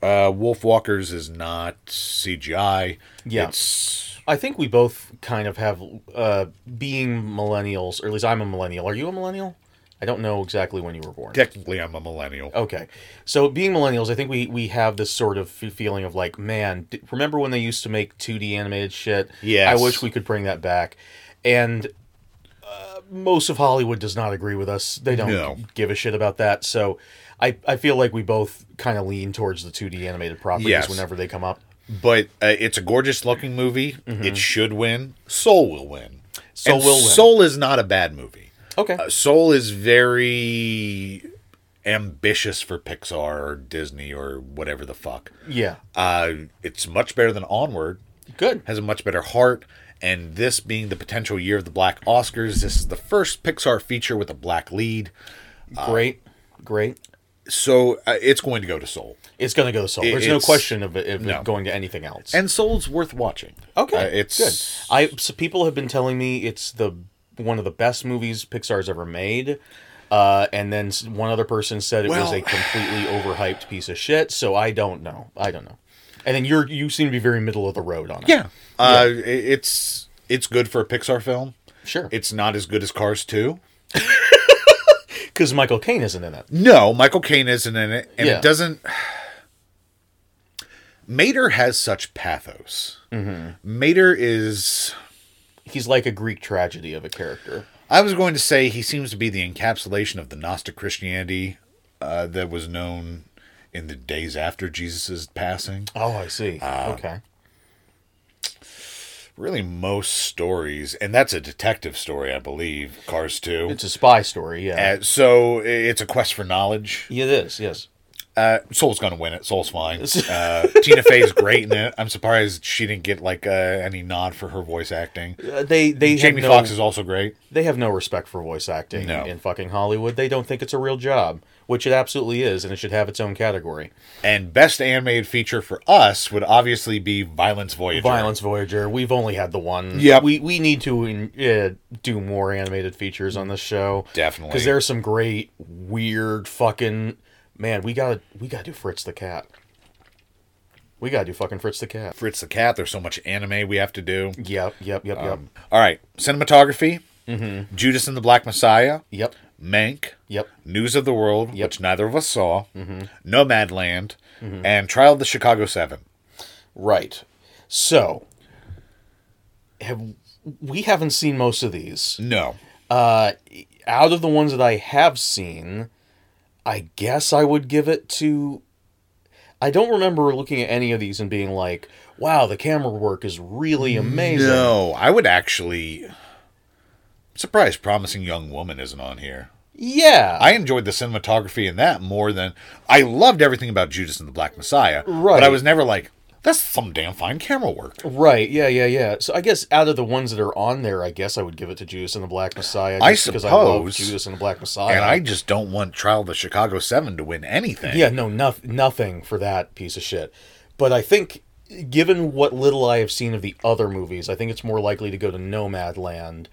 S1: uh, wolf walkers is not cgi
S5: Yeah.
S1: it's
S5: I think we both kind of have uh, being millennials, or at least I'm a millennial. Are you a millennial? I don't know exactly when you were born.
S1: technically i'm a millennial
S5: Okay, so being millennials, I think we we have this sort of f- feeling of like, man, d- remember when they used to make 2D animated shit?
S1: Yes.
S5: I wish we could bring that back. And uh, most of Hollywood does not agree with us. They don't
S1: No.
S5: give a shit about that. So I I feel like we both kind of lean towards the 2D animated properties
S1: Yes.
S5: whenever they come up.
S1: but uh, it's a gorgeous looking movie it should win soul will win
S5: Mm-hmm. Soul will win.
S1: soul is not a bad movie
S5: Okay.
S1: Uh, soul is very ambitious for pixar or disney or whatever the fuck
S5: yeah.
S1: uh, it's much better than onward
S5: Good.
S1: has a much better heart And this being the potential year of the Black Oscars, this is the first Pixar feature with a black lead. uh,
S5: Great, great.
S1: So uh, it's going to go to Soul.
S5: It's going to go to Soul.
S1: It-
S5: There's no
S1: it's-
S5: question of it, of it
S1: no.
S5: going to anything else.
S1: And Soul's worth watching.
S5: okay,
S1: Uh, it's
S5: it's good. I so people have been telling me it's the one of the best movies Pixar's ever made. Uh, and then s- one other person said it was
S1: Well-
S5: a completely overhyped piece of shit. So I don't know. I don't know. And then you're you seem to be very middle of the road on it.
S1: Yeah. Uh, i- It's it's good for a Pixar film.
S5: sure.
S1: It's not as good as Cars 2.
S5: Because Michael Caine isn't in it.
S1: No, Michael Caine isn't in it, and
S5: Yeah.
S1: it doesn't. Mater has such pathos.
S5: Mm-hmm.
S1: Mater is.
S5: He's like a Greek tragedy of a character.
S1: I was going to say he seems to be the encapsulation of the Gnostic Christianity uh, that was known in the days after Jesus' passing.
S5: Oh, I see. okay.
S1: Really, most stories, and that's a detective story, I believe, Cars 2.
S5: It's a spy story. Yeah.
S1: Uh, so i- it's a quest for knowledge.
S5: Yeah, it is. Yes.
S1: Uh, Soul's gonna win it. Soul's fine. Uh, Tina Fey's great in it. I'm surprised she didn't get like uh, any nod for her voice acting.
S5: Uh, they they
S1: Jamie
S5: have no,
S1: Foxx is also great.
S5: they have no respect for voice acting
S1: No.
S5: in fucking Hollywood. They don't think it's a real job, which it absolutely is, and it should have its own category.
S1: And best animated feature for us would obviously be Violence Voyager.
S5: Violence Voyager. We've only had the one.
S1: Yep.
S5: We we need to uh, do more animated features on this show.
S1: Definitely.
S5: Because there are some great weird fucking man. We gotta we gotta do Fritz the cat. We gotta do fucking Fritz the cat.
S1: Fritz the Cat. There's so much anime we have to do.
S5: Yep. Yep. Yep. Yep.
S1: All right, cinematography. Mm-hmm. Judas and the Black Messiah.
S5: Yep.
S1: Mank.
S5: Yep.
S1: News of the World,
S5: Yep. Mm-hmm.
S1: which neither of us saw. Nomad Land, and Trial of the Chicago Seven.
S5: Right. So, have, we haven't seen most of these.
S1: No.
S5: Uh, out of the ones that I have seen, I guess I would give it to. I don't remember looking at any of these and being like, "Wow, the camera work is really amazing."
S1: No, I would actually. Surprised Promising Young Woman isn't on here.
S5: Yeah.
S1: I enjoyed the cinematography in that more than. I loved everything about Judas and the Black Messiah.
S5: Right.
S1: But I was never like, that's some damn fine camera work.
S5: right. Yeah. Yeah. Yeah. So I guess out of the ones that are on there, I guess I would give it to Judas and the Black Messiah.
S1: I
S5: just because I love
S1: suppose.
S5: Judas and the Black Messiah.
S1: And I just don't want Trial of the Chicago 7 to win anything.
S5: Yeah, no, no, nothing for that piece of shit. But I think, given what little I have seen of the other movies, I think it's more likely to go to Nomadland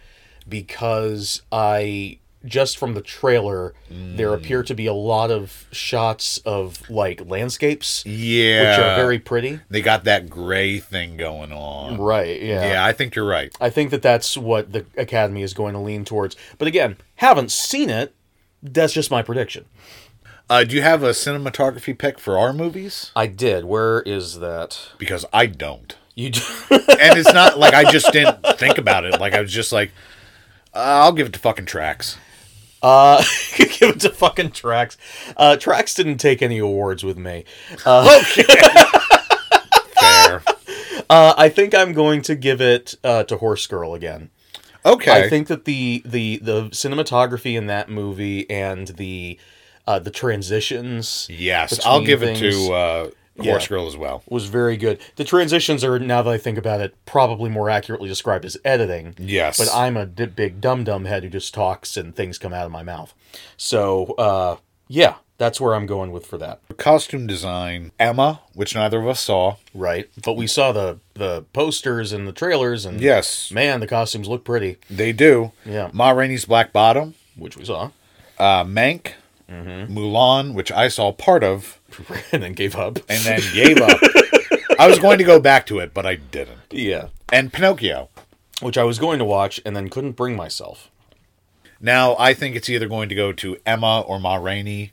S5: because I just from the trailer there appear to be a lot of shots of like landscapes
S1: Yeah.
S5: which are very pretty.
S1: They got that gray thing going on.
S5: Right.
S1: Yeah, I think you're right.
S5: I think that that's what the Academy is going to lean towards. But again, haven't seen it. That's just my prediction.
S1: Uh, do you have a cinematography pick for our movies?
S5: I did. Where is that?
S1: Because I don't.
S5: You. Do-
S1: and it's not like I just didn't think about it. Like I was just like, uh, I'll give it to fucking tracks.
S5: Uh, give it to fucking Trax. Uh, Trax didn't take any awards with me.
S1: Fair.
S5: Uh, I think I'm going to give it uh, to Horse Girl again.
S1: Okay.
S5: I think that the the the cinematography in that movie and the uh, the transitions.
S1: yes,
S5: between
S1: I'll give it
S5: things
S1: to uh, Horse
S5: Yeah.
S1: Girl as well.
S5: Was very good. The transitions are now that I think about it, probably more accurately described as editing.
S1: Yes.
S5: But I'm a d- big dum dum head who just talks and things come out of my mouth. So uh, yeah, that's where I'm going with for that.
S1: costume design Emma, which neither of us saw.
S5: Right. But we saw the the posters and the trailers and
S1: Yes,
S5: man, the costumes look pretty,
S1: they do.
S5: Yeah.
S1: Ma Rainey's Black Bottom,
S5: which we saw,
S1: uh, Mank,
S5: Mm-hmm.
S1: Mulan, which I saw part of
S5: and then gave up.
S1: and then gave up. I was going to go back to it, but I didn't.
S5: yeah,
S1: And Pinocchio.
S5: which I was going to watch and then couldn't bring myself.
S1: Now I think it's either going to go to Emma or Ma Rainey.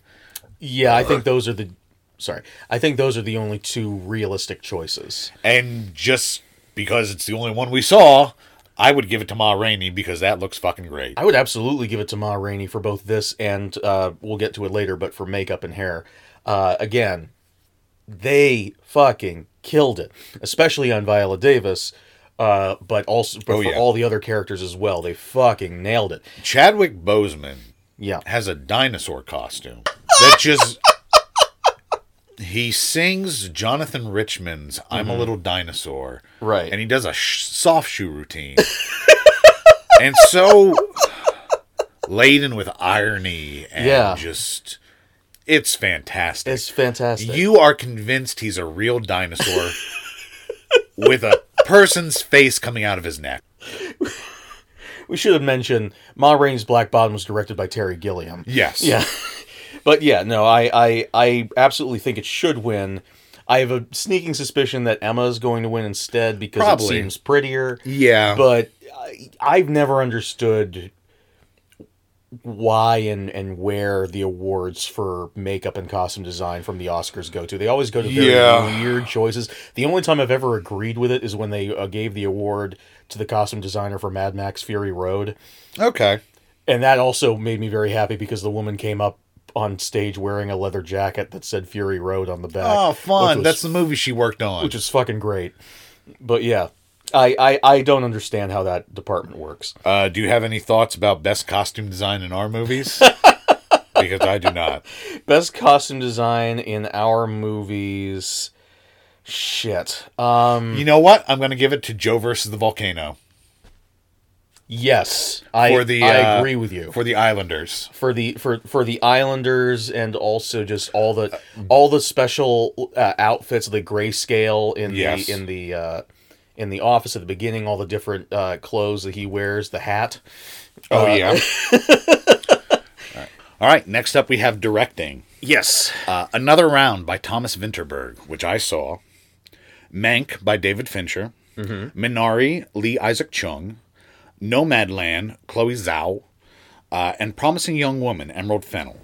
S5: Yeah, I think those are the sorry. I think those are the only two realistic choices.
S1: And just because it's the only one we saw, I would give it to Ma Rainey because that looks fucking great.
S5: I would absolutely give it to Ma Rainey for both this and uh, we'll get to it later, but for makeup and hair. Uh, again, they fucking killed it, especially on Viola Davis. Uh, but also, but
S1: Oh,
S5: for
S1: yeah.
S5: all the other characters as well, they fucking nailed it.
S1: Chadwick Boseman
S5: Yeah,
S1: has a dinosaur costume that just He sings Jonathan Richman's "I'm a Little Dinosaur,"
S5: Right.
S1: And he does a sh- soft shoe routine, and so laden with irony and
S5: Yeah.
S1: just it's fantastic.
S5: It's fantastic.
S1: you are convinced he's a real dinosaur with a person's face coming out of his neck.
S5: we should have mentioned Ma Rainey's Black Bottom was directed by Terry Gilliam.
S1: Yes.
S5: Yeah. But yeah, no, I, I I absolutely think it should win. I have a sneaking suspicion that Emma is going to win instead because
S1: Probably.
S5: it seems prettier.
S1: Yeah.
S5: But I, I've never understood why and, and where the awards for makeup and costume design from the Oscars go to. They always go to very
S1: Yeah.
S5: weird choices. The only time I've ever agreed with it is when they uh, gave the award to the costume designer for Mad Max Fury Road
S1: okay.
S5: and that also made me very happy because the woman came up on stage wearing a leather jacket that said Fury Road on the back.
S1: Oh, fun.
S5: which was-
S1: That's the movie she worked on.
S5: which is fucking great. But yeah, I, I I don't understand how that department works.
S1: Uh, do you have any thoughts about best costume design in our movies? because I do not.
S5: Best costume design in our movies. Shit. Um.
S1: You know what? I'm going to give it to Joe versus the volcano
S5: Yes. I
S1: For the,
S5: I
S1: uh,
S5: agree with you.
S1: for the Islanders.
S5: for the for for the Islanders and also just all the all the special uh, outfits, the grayscale in
S1: Yes.
S5: the in the uh, in the office at the beginning, all the different uh, clothes that he wears, the hat.
S1: Oh yeah. All right. All right. Next up, we have directing.
S5: Yes,
S1: Uh, Another Round by Thomas Vinterberg, which I saw. Mank by David Fincher. Mm-hmm. Minari, Lee Isaac Chung. Nomadland, Chloe Zhao. Uh, and Promising Young Woman, Emerald Fennel.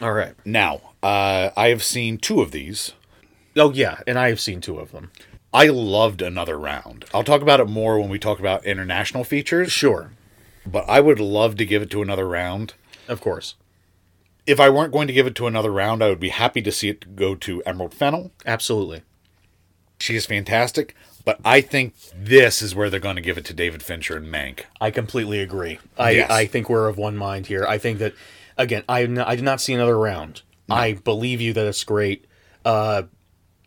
S5: all right.
S1: Now, uh, I have seen two of these.
S5: Oh yeah, and I have seen two of them.
S1: I loved Another Round. I'll talk about it more when we talk about international features,
S5: Sure,
S1: but I would love to give it to Another Round.
S5: of course,
S1: If I weren't going to give it to Another Round, I would be happy to see it go to Emerald Fennel.
S5: absolutely.
S1: She is fantastic, but I think this is where they're going to give it to David Fincher and Mank.
S5: I completely agree. I
S1: Yes.
S5: I think we're of one mind here. I think that again, I n- I did not see another round. I believe you that it's great. Uh,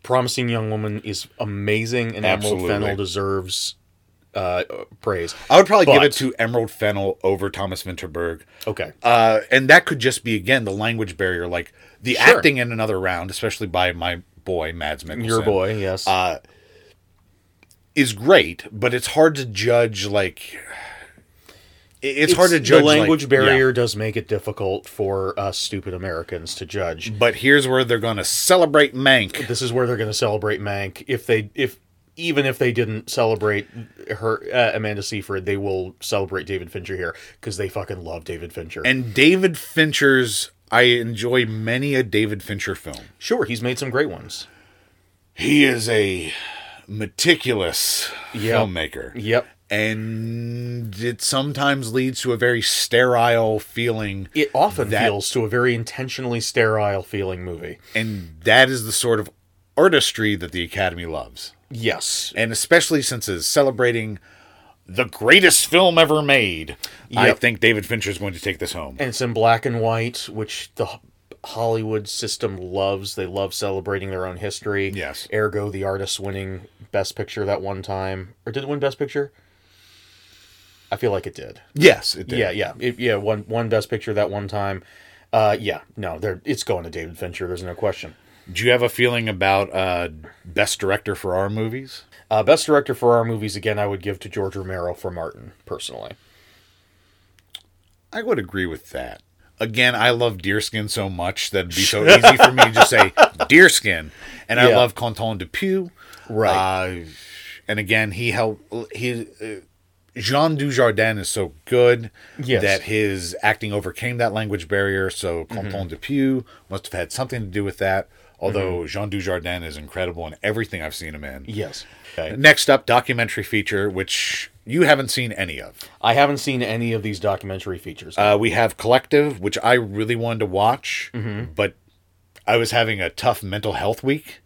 S5: Promising Young Woman is amazing, and
S1: Absolutely.
S5: Emerald Fennel deserves uh, praise.
S1: I would probably give
S5: But-
S1: it to Emerald Fennel over Thomas Vinterberg.
S5: Okay,
S1: Uh, and that could just be, again, the language barrier. Like the
S5: Sure.
S1: acting in another round, especially by my boy, Mads Mikkelsen.
S5: your boy, yes,
S1: uh, is great, but it's hard to judge. Like, it- it's, hard to judge
S5: The
S1: like-
S5: language
S1: yeah.
S5: barrier does make it difficult for us stupid Americans to judge.
S1: But here's where they're going to celebrate Mank.
S5: This is where they're going to celebrate Mank. If they if even if they didn't celebrate her uh, Amanda Seyfried, they will celebrate David Fincher here because they fucking love David Fincher.
S1: And David Fincher's, I enjoy many a David Fincher film.
S5: sure, he's made some great ones.
S1: He is a meticulous
S5: Yep.
S1: filmmaker.
S5: Yep.
S1: And it sometimes leads to a very sterile feeling.
S5: It often
S1: That-
S5: feels to a very intentionally sterile feeling movie.
S1: and that is the sort of artistry that the Academy loves.
S5: Yes.
S1: and especially since it's celebrating the greatest film ever made, I
S5: Yep.
S1: think David Fincher is going to take this home.
S5: And it's in black and white, which the Ho- Hollywood system loves. They love celebrating their own history.
S1: Yes.
S5: Ergo, the artist winning Best Picture that one time. Or did it win Best Picture? I feel like it did.
S1: yes, it did.
S5: Yeah, yeah, It- yeah. One one best picture that one time. Uh, yeah, no, they're, it's going to David Fincher. There's no question.
S1: Do you have a feeling about uh, best director for our movies?
S5: Uh, best director for our movies again, I would give to George Romero for Martin personally.
S1: I would agree with that. Again, I love deerskin so much that'd be so easy for me to just say deerskin, and I
S5: Yeah.
S1: love Quentin Depew.
S5: Right.
S1: Uh, and again, he helped. He uh, Jean Dujardin is so good
S5: Yes.
S1: that his acting overcame that language barrier. So
S5: Mm-hmm.
S1: Quentin Depew must have had something to do with that. Although
S5: Mm-hmm.
S1: Jean Dujardin is incredible in everything I've seen him in.
S5: yes. Okay.
S1: Next up, documentary feature, which you haven't seen any of.
S5: I haven't seen any of these documentary features.
S1: Uh, we have Collective, which I really wanted to watch,
S5: Mm-hmm.
S1: but I was having a tough mental health week.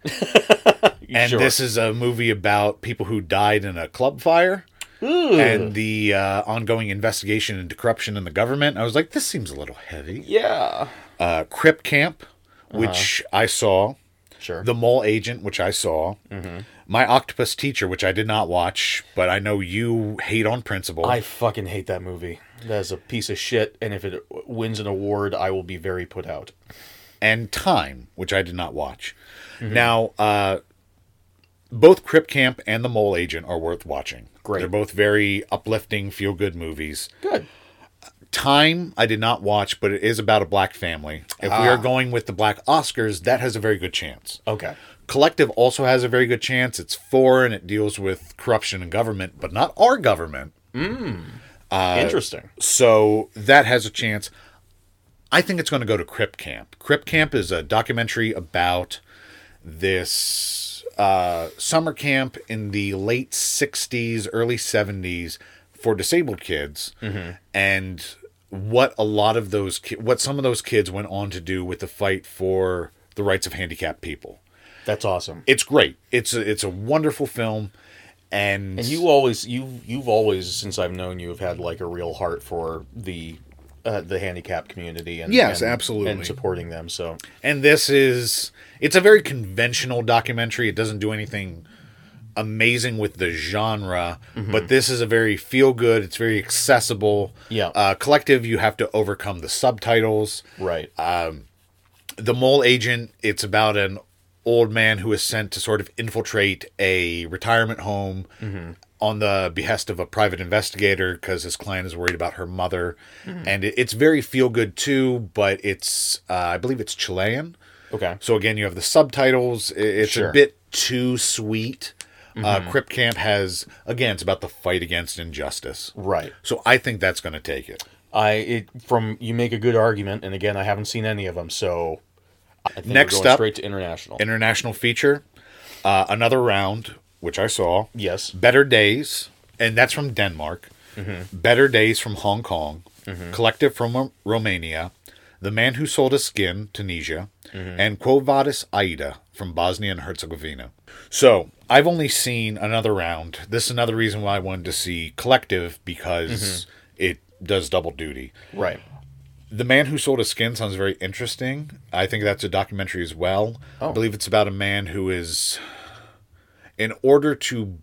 S1: and
S5: Sure.
S1: this is a movie about people who died in a club fire and the uh, ongoing investigation into corruption in the government. I was like, this seems a little heavy.
S5: yeah. Uh-huh.
S1: Uh, Crip Camp, which I saw,
S5: Sure.
S1: The Mole Agent, which I saw,
S5: Mm-hmm.
S1: My Octopus Teacher, which I did not watch, but I know you hate on principle.
S5: I fucking hate that movie. That is a piece of shit, and if it wins an award, I will be very put out.
S1: and Time, which I did not watch. Now, uh, both Crip Camp and The Mole Agent are worth watching.
S5: Great.
S1: They're both very uplifting, feel good movies.
S5: Good.
S1: Time, I did not watch, but it is about a black family. If we are going with the black Oscars, that has a very good chance.
S5: Okay.
S1: Collective also has a very good chance. It's foreign, it deals with corruption in government, but not our government.
S5: Uh, Interesting.
S1: So that has a chance. I think it's going to go to Crip Camp. Crip Camp is a documentary about this uh, summer camp in the late 60s, early 70s for disabled kids and what a lot of those ki- what some of those kids went on to do with the fight for the rights of handicapped people.
S5: That's awesome.
S1: It's great. It's a, it's a wonderful film and,
S5: And you always you you've always since I've known you have had like a real heart for the uh, the handicap community and
S1: Yes,
S5: and-
S1: absolutely.
S5: and supporting them. So
S1: And this is it's a very conventional documentary. It doesn't do anything amazing with the genre, but this is a very feel good. It's very accessible.
S5: Yeah.
S1: Uh, collective, you have to overcome the subtitles.
S5: right,
S1: The mole agent. It's about an old man who is sent to sort of infiltrate a retirement home. On the behest of a private investigator, because his client is worried about her mother, and it, it's very feel good too. But it's, uh, I believe, it's Chilean,
S5: okay,
S1: so again, you have the subtitles. I- It's
S5: Sure.
S1: a bit too sweet. Uh, Crip Camp has again, it's about the fight against injustice.
S5: right.
S1: So I think that's going to take it.
S5: I it from you make a good argument, and again, I haven't seen any of them, so I think we're
S1: Next
S5: going
S1: up-
S5: straight to international.
S1: International feature, uh, another round, which I saw.
S5: yes,
S1: Better Days, and that's from Denmark. Better Days from Hong Kong. Collective from Ro- Romania. The Man Who Sold His Skin, Tunisia. And Quo Vadis Aida from Bosnia and Herzegovina. So I've only seen another round. This is another reason why I wanted to see Collective because it does double duty.
S5: right.
S1: The Man Who Sold His Skin sounds very interesting. I think that's a documentary as well. I believe it's about a man who is, in order to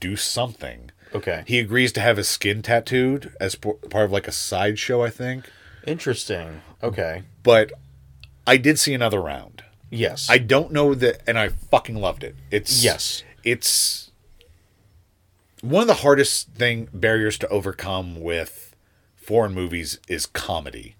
S1: do something,
S5: Okay,
S1: he agrees to have his skin tattooed as p- part of like a sideshow, I think.
S5: interesting. Okay,
S1: But I did see another round.
S5: yes,
S1: I don't know that, and I fucking loved it. It's
S5: Yes.
S1: it's one of the hardest thing barriers to overcome with foreign movies is comedy.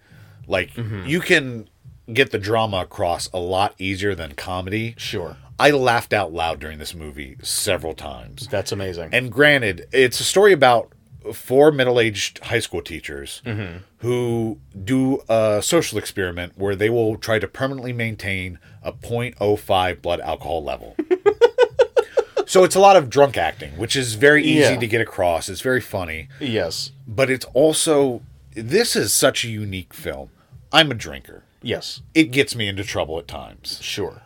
S1: Like you can get the drama across a lot easier than comedy.
S5: sure.
S1: I laughed out loud during this movie several times.
S5: That's amazing.
S1: And granted, it's a story about four middle aged high school teachers who do a social experiment where they will try to permanently maintain a 0.05 blood alcohol level. so it's a lot of drunk acting, which is very easy
S5: Yeah.
S1: to get across. It's very funny,
S5: yes,
S1: but it's also, this is such a unique film. I'm a drinker.
S5: yes,
S1: It gets me into trouble at times,
S5: sure,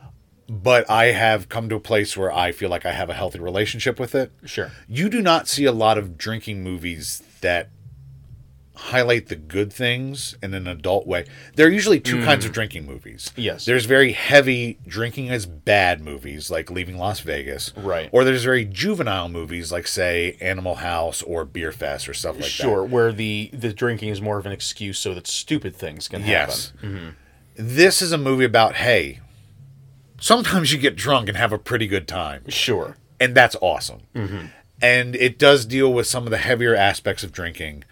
S1: but I have come to a place where I feel like I have a healthy relationship with it
S5: sure.
S1: you do not see a lot of drinking movies that highlight the good things in an adult way. There are usually two kinds of drinking movies.
S5: Mm. Yes.
S1: There's very heavy drinking is bad movies like Leaving Las Vegas.
S5: Right.
S1: Or there's very juvenile movies like say Animal House or Beer Fest or stuff like that.
S5: Sure, where the the drinking is more of an excuse so that stupid things can happen.
S1: Yes.
S5: Mm-hmm.
S1: This is a movie about hey, sometimes you get drunk and have a pretty good time.
S5: Sure.
S1: and that's awesome. And it does deal with some of the heavier aspects of drinking.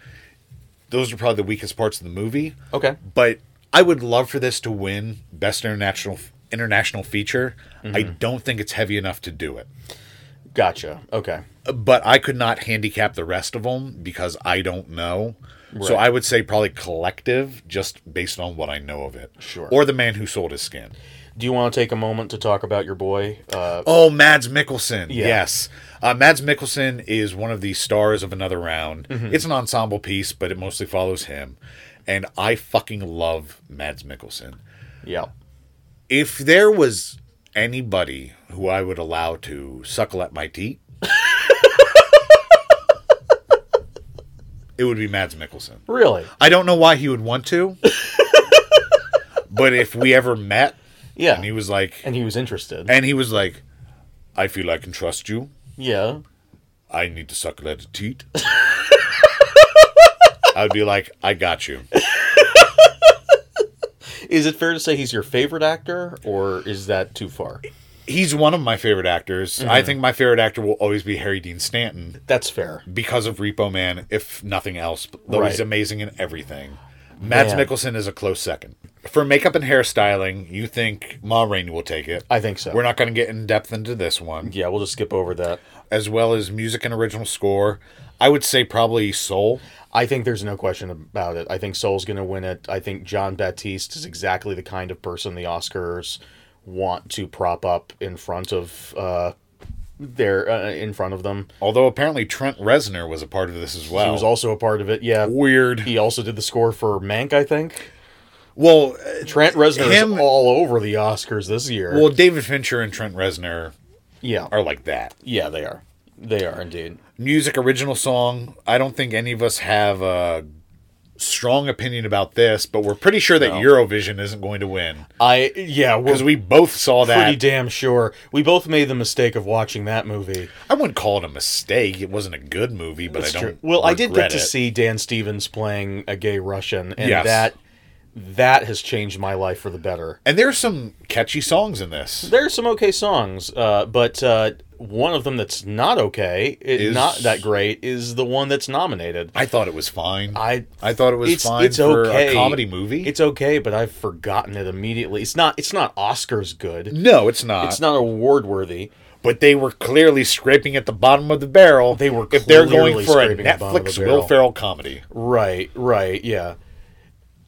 S1: Those are probably the weakest parts of the movie.
S5: Okay.
S1: But I would love for this to win best international international feature. I don't think it's heavy enough to do it.
S5: Gotcha. Okay.
S1: But I could not handicap the rest of them because I don't know. So I would say probably collective, just based on what I know of it.
S5: Sure.
S1: Or the man who sold his skin.
S5: Do you want to take a moment to talk about your boy? Uh,
S1: Oh, Mads Mikkelsen.
S5: Yeah.
S1: Yes. Uh, Mads Mikkelsen is one of the stars of Another Round. It's an ensemble piece, but it mostly follows him. And I fucking love Mads Mikkelsen.
S5: yeah.
S1: If there was anybody who I would allow to suckle at my teat, it would be Mads Mikkelsen.
S5: Really?
S1: I don't know why he would want to, But if we ever met,
S5: Yeah.
S1: and he was like,
S5: was interested.
S1: and he was like, I feel I can trust you.
S5: yeah.
S1: I need to suck a lot of teat. I'd be like, I got you.
S5: Is it fair to say he's your favorite actor, or is that too far?
S1: He's one of my favorite actors.
S5: Mm-hmm.
S1: I think my favorite actor will always be Harry Dean Stanton
S5: That's fair.
S1: because of Repo Man, if nothing else. Though
S5: Right.
S1: he's amazing in everything. Mads
S5: Man.
S1: Mikkelsen is a close second. For makeup and hairstyling, you think Ma Rainey will take it.
S5: I think so.
S1: We're not going to get in depth into this one.
S5: Yeah, we'll just skip over that.
S1: As well as music and original score. I would say probably Soul.
S5: I think there's no question about it. I think Soul's going to win it. I think John Baptiste is exactly the kind of person the Oscars want to prop up in front of uh, their uh, in front of them.
S1: Although apparently Trent Reznor was a part of this as well.
S5: He was also a part of it. Yeah.
S1: weird.
S5: He also did the score for Mank, I think.
S1: Well,
S5: Trent Reznor
S1: Him-
S5: is all over the Oscars this year.
S1: Well, David Fincher and Trent Reznor
S5: yeah.
S1: are like that.
S5: Yeah, they are. They are indeed.
S1: Music original song. I don't think any of us have a strong opinion about this, but we're pretty sure that Eurovision isn't going to win
S5: I yeah, we're
S1: because we both saw
S5: pretty
S1: that.
S5: damn sure. We both made the mistake of watching that movie.
S1: I wouldn't call it a mistake. It wasn't a good movie, but I don't.
S5: Well, I did get
S1: regret
S5: to
S1: it.
S5: see Dan Stevens playing a gay Russian, and
S1: Yes.
S5: that that has changed my life for the better.
S1: And there are some catchy songs in this.
S5: There are some okay songs, uh, but uh, one of them that's not okay, i-
S1: Is-
S5: not that great, is the one that's nominated.
S1: I thought it was fine.
S5: I
S1: I thought it was fine for a comedy movie.
S5: It's okay, but I've forgotten it immediately. It's not. It's not Oscars good.
S1: no, it's not.
S5: It's not award worthy.
S1: but they were clearly scraping at the bottom of the barrel.
S5: They were
S1: if they're going
S5: clearly
S1: for a
S5: scraping at the bottom of
S1: Netflix
S5: the
S1: Will
S5: barrel.
S1: Ferrell comedy.
S5: Right, right, yeah.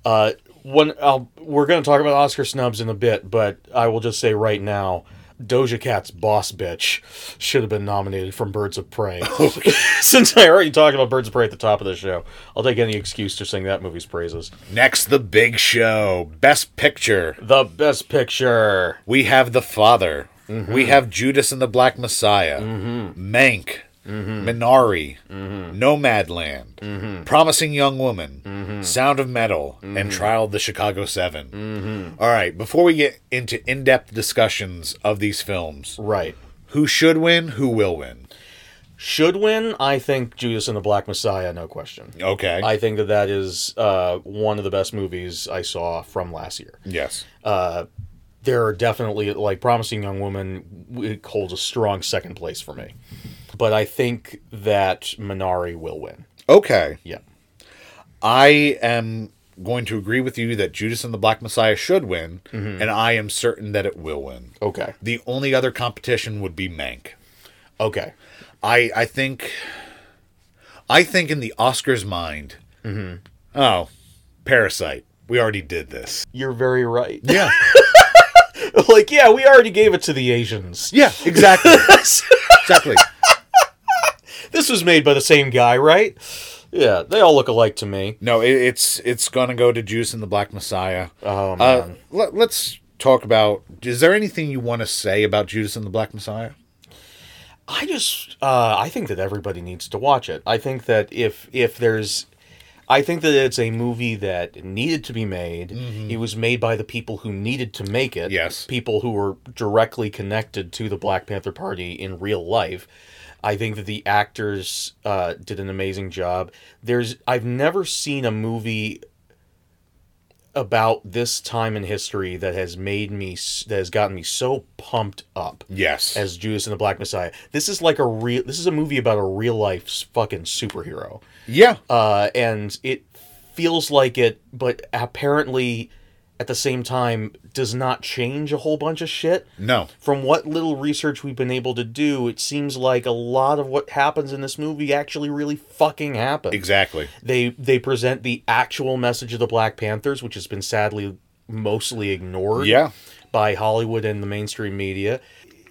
S5: Uh, one, I'll, we're going to talk about Oscar snubs in a bit, but I will just say right now, Doja Cat's "Boss Bitch" should have been nominated from Birds of Prey. Since I already talked about Birds of Prey at the top of the show, I'll take any excuse to sing that movie's praises.
S1: Next, the big show. Best picture.
S5: The Best Picture,
S1: We have The Father. We have Judas and the Black Messiah. Mank. Minari. Nomadland. Promising Young Woman. Sound of Metal. And Trial of the Chicago 7 All right, before we get into in depth discussions of these films,
S5: right?
S1: who should win, who will win?
S5: Should win, I think. Judas and the Black Messiah, no question.
S1: Okay.
S5: I think that that is uh, one of the best movies I saw from last year.
S1: yes.
S5: there are definitely like promising young woman it holds a strong second place for me but i think that minari will win
S1: Okay.
S5: yeah
S1: I am going to agree with you that Judas and the Black Messiah should win, and I am certain that it will win.
S5: okay
S1: The only other competition would be Mank.
S5: okay
S1: I I think I think in the Oscars mind, oh, Parasite. We already did this.
S5: you're very right
S1: Yeah.
S5: like yeah we already gave it to the asians
S1: yeah, exactly. exactly.
S5: this was made by the same guy right yeah they all look alike to me
S1: No, it, it's it's gonna go to Juice and the Black Messiah. Oh man. let, let's talk about is there anything you want to say about Judas and the Black Messiah?
S5: I just uh, I think that everybody needs to watch it. I think that if if there's I think that it's a movie that needed to be made. It was made by the people who needed to make it.
S1: Yes.
S5: People who were directly connected to the Black Panther Party in real life. I think that the actors uh, did an amazing job. There's I've never seen a movie about this time in history that has made me s- that has gotten me so pumped up
S1: Yes.
S5: as Judas and the Black Messiah. This is like a real. This is a movie about a real life s- fucking superhero,
S1: yeah.
S5: uh, and it feels like it, but apparently, at the same time, does not change a whole bunch of shit.
S1: no.
S5: From what little research we've been able to do, it seems like a lot of what happens in this movie actually really fucking happened
S1: Exactly.
S5: they they present the actual message of the Black Panthers, which has been sadly mostly ignored
S1: Yeah.
S5: by Hollywood and the mainstream media.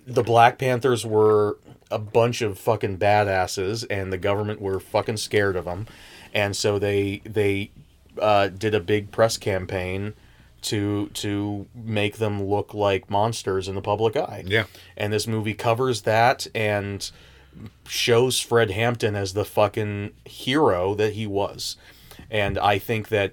S5: The Black Panthers were a bunch of fucking badasses, and the government were fucking scared of them, and so they they uh, did a big press campaign to to make them look like monsters in the public eye.
S1: Yeah.
S5: and this movie covers that and shows Fred Hampton as the fucking hero that he was. And I think that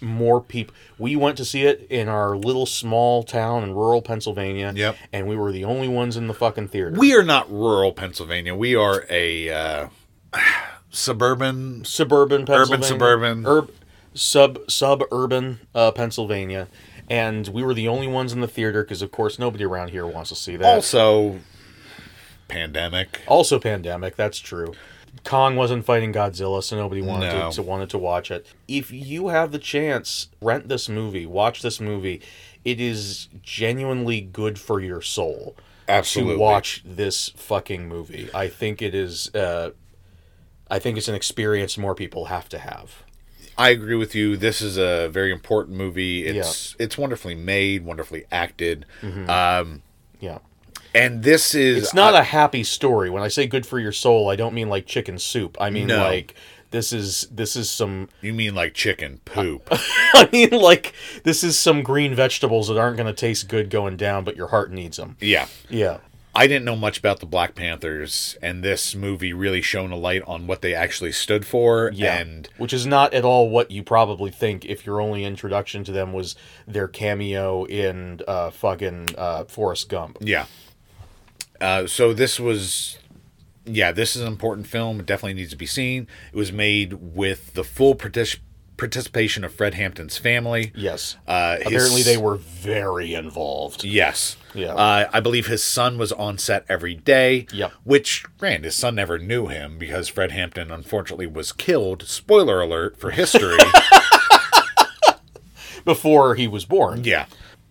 S5: more people. We went to see it in our little small town in rural Pennsylvania.
S1: Yep.
S5: And we were the only ones in the fucking theater.
S1: We are not rural Pennsylvania. We are a uh, suburban.
S5: suburban Pennsylvania.
S1: suburban.
S5: Urb, sub suburban uh, Pennsylvania. And we were the only ones in the theater because, of course, nobody around here wants to see that.
S1: Also, pandemic.
S5: Also, pandemic. That's true. Kong wasn't fighting Godzilla, so nobody wanted
S1: No.
S5: to, to wanted to watch it. If you have the chance, rent this movie, watch this movie. It is genuinely good for your soul
S1: Absolutely.
S5: to watch this fucking movie. I think it is. Uh, I think it's an experience more people have to have.
S1: I agree with you. This is a very important movie. It's it's wonderfully made, wonderfully acted. Um,
S5: Yeah,
S1: and this is
S5: it's not a happy story. When I say good for your soul, I don't mean like chicken soup. I mean
S1: No.
S5: like this is this is some
S1: you mean like chicken poop.
S5: I mean, like this is some green vegetables that aren't going to taste good going down, but your heart needs them.
S1: yeah.
S5: Yeah,
S1: I didn't know much about the Black Panthers and this movie really shone a light on what they actually stood for
S5: yeah.
S1: and
S5: Which is not at all what you probably think if your only introduction to them was their cameo in uh, fucking uh, Forrest Gump.
S1: Yeah. Uh, so this was, yeah, this is an important film. It definitely needs to be seen. It was made with the full partic- participation of Fred Hampton's family.
S5: Yes.
S1: Uh, his-
S5: Apparently, they were very involved.
S1: Yes.
S5: Yeah.
S1: Uh, I believe his son was on set every day.
S5: Yep.
S1: Which, granted, his son never knew him because Fred Hampton, unfortunately, was killed. Spoiler alert for history.
S5: Before he was born,
S1: yeah.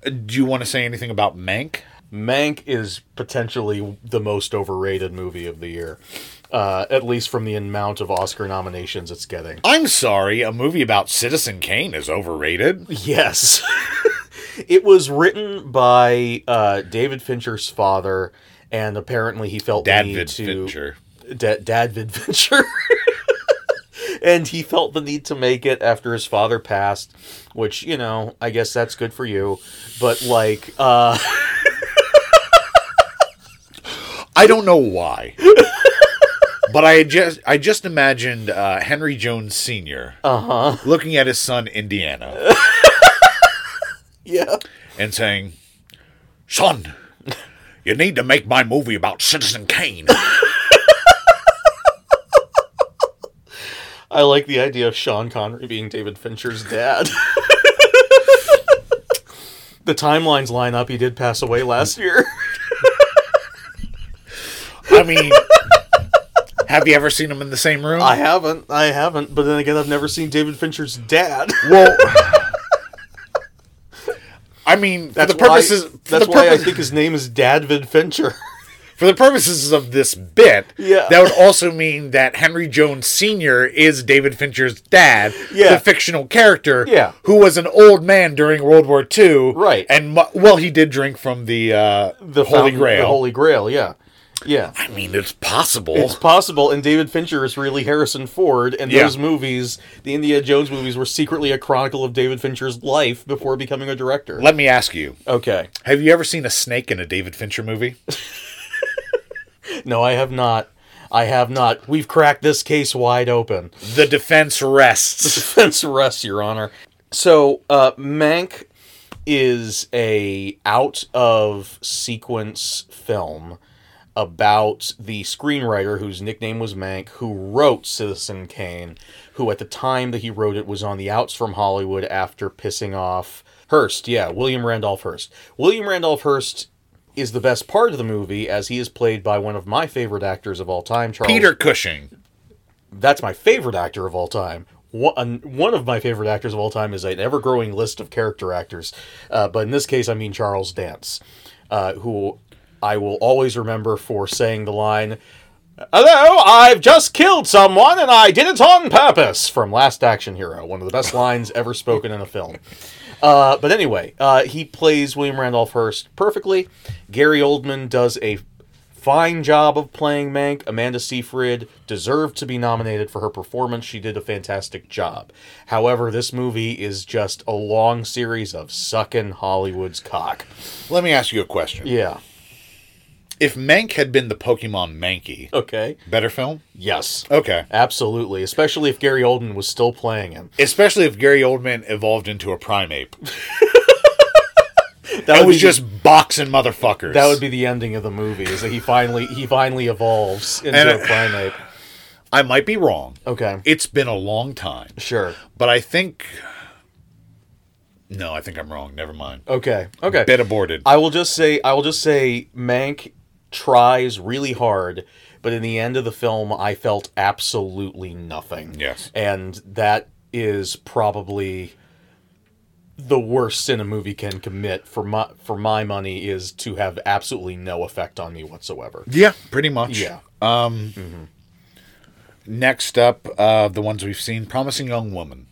S1: Uh, Do you want to say anything about Mank?
S5: Mank is potentially the most overrated movie of the year, uh, at least from the amount of Oscar nominations it's getting.
S1: I'm sorry, a movie about Citizen Kane is overrated.
S5: Yes. it was written by uh, David Fincher's father, and apparently he felt the need
S1: David
S5: to
S1: Fincher.
S5: Da- Dadvid Fincher. and he felt the need to make it after his father passed, which you know, I guess that's good for you. But like, uh,
S1: I don't know why. but I just I just imagined uh, Henry Jones Sr.
S5: Uh-huh.
S1: looking at his son Indiana
S5: yeah,
S1: and saying, "Son, you need to make my movie about Citizen Kane."
S5: I like the idea of Sean Connery being David Fincher's dad. the timelines line up. He did pass away last year.
S1: I mean, have you ever seen him in the same room?
S5: I haven't. I haven't. But then again, I've never seen David Fincher's dad.
S1: well, I mean, for
S5: That's
S1: the purposes
S5: Why,
S1: for
S5: that's
S1: the
S5: why I
S1: purpose-
S5: think his name is Dadvid Fincher.
S1: for the purposes of this bit,
S5: Yeah.
S1: that would also mean that Henry Jones Sr. is David Fincher's dad,
S5: Yeah.
S1: the fictional character,
S5: Yeah.
S1: who was an old man during World War II,
S5: Right.
S1: And mu- well, he did drink from the uh, the Holy
S5: fountain-
S1: Grail.
S5: The Holy Grail. Yeah. Yeah.
S1: I mean, it's possible.
S5: It's possible, and David Fincher is really Harrison Ford, and
S1: Yeah.
S5: those movies, the Indiana Jones movies, were secretly a chronicle of David Fincher's life before becoming a director.
S1: Let me ask you:
S5: Okay.
S1: Have you ever seen a snake in a David Fincher movie?
S5: No, I have not. I have not. We've cracked this case wide open.
S1: the defense rests.
S5: Defense rests, Your Honor. So, uh, Mank is a out of sequence film about the screenwriter whose nickname was Mank, who wrote Citizen Kane, who at the time that he wrote it was on the outs from Hollywood after pissing off Hearst. Yeah, William Randolph Hearst. William Randolph Hearst is the best part of the movie as he is played by one of my favorite actors of all time, Charles
S1: Peter Cushing.
S5: that's my favorite actor of all time. One, one of my favorite actors of all time is an ever growing list of character actors. Uh, but in this case, I mean Charles Dance, uh, who I will always remember for saying the line, Hello, I've just killed someone and I did it on purpose from Last Action Hero, one of the best lines ever spoken in a film. Uh, but anyway, uh, he plays William Randolph Hearst perfectly. Gary Oldman does a fine job of playing Mank. Amanda Seyfried deserved to be nominated for her performance. She did a fantastic job. However, this movie is just a long series of sucking Hollywood's cock.
S1: Let me ask you a question.
S5: Yeah.
S1: If Mank had been the Pokemon Mankey,
S5: Okay.
S1: better film?
S5: Yes.
S1: Okay.
S5: Absolutely. Especially if Gary Oldman was still playing him.
S1: Especially if Gary Oldman evolved into a primeape.
S5: That
S1: I
S5: would
S1: was
S5: be
S1: just boxing motherfuckers.
S5: the, that would be the ending of the movie is that he finally he finally evolves into
S1: And
S5: a
S1: I-
S5: primate.
S1: I might be wrong.
S5: Okay.
S1: It's been a long time.
S5: Sure.
S1: But I think. No, I think I'm wrong. Never mind.
S5: Okay. Okay.
S1: Bet aborted.
S5: I will just say I will just say Mank tries really hard, but in the end of the film I felt absolutely nothing.
S1: Yes.
S5: And that is probably the worst sin a movie can commit for my for my money is to have absolutely no effect on me whatsoever.
S1: yeah, pretty much.
S5: Yeah.
S1: Next up, uh, the ones we've seen Promising Young Woman.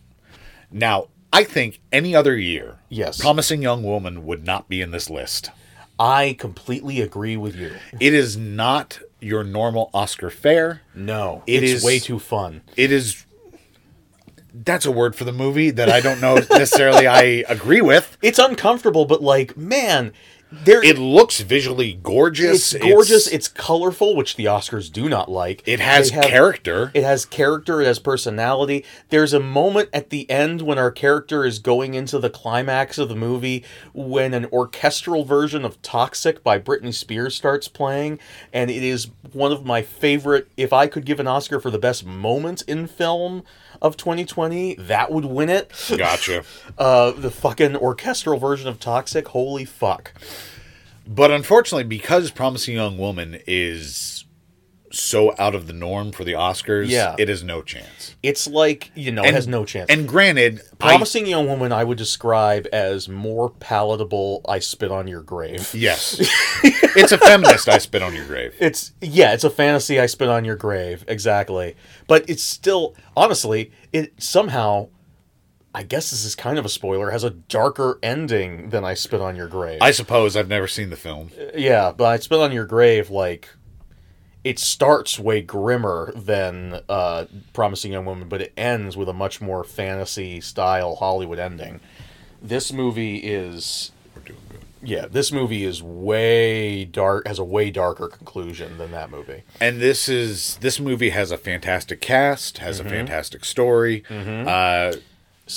S1: Now, I think any other year,
S5: Yes.
S1: Promising Young Woman would not be in this list.
S5: I completely agree with you.
S1: It is not your normal Oscar fare.
S5: No.
S1: It
S5: it's
S1: is-
S5: way too fun.
S1: It is. That's a word for the movie that I don't know necessarily I agree with.
S5: It's uncomfortable, but like, man, there
S1: It looks visually gorgeous.
S5: it's gorgeous. It's, colorful, which the Oscars do not like.
S1: it has
S5: They have-
S1: character.
S5: It has character. It has personality. There's a moment at the end when our character is going into the climax of the movie when an orchestral version of "Toxic" by Britney Spears starts playing, and it is one of my favorite. If I could give an Oscar for the best moment in film of 2020, that would win it.
S1: gotcha.
S5: Uh, the fucking orchestral version of "Toxic." Holy fuck!
S1: But unfortunately, because Promising Young Woman is so out of the norm for the Oscars,
S5: Yeah.
S1: it has no chance.
S5: It's like you know, it has no chance.
S1: And granted, I-
S5: Promising Young Woman, I would describe as more palatable. I spit on your grave.
S1: yes, it's a feminist. I spit on your grave.
S5: It's yeah, it's a fantasy. I spit on your grave, exactly. But it's still, honestly, it somehow, I guess this is kind of a spoiler, has a darker ending than I spit on your grave.
S1: I suppose I've never seen the film.
S5: yeah, but I spit on your grave like. It starts way grimmer than uh, Promising Young Woman, but it ends with a much more fantasy style Hollywood ending. This movie is Yeah, this movie is way dark has a way darker conclusion than that movie.
S1: And this is this movie has a fantastic cast, has
S5: Mm-hmm.
S1: a fantastic story. Uh,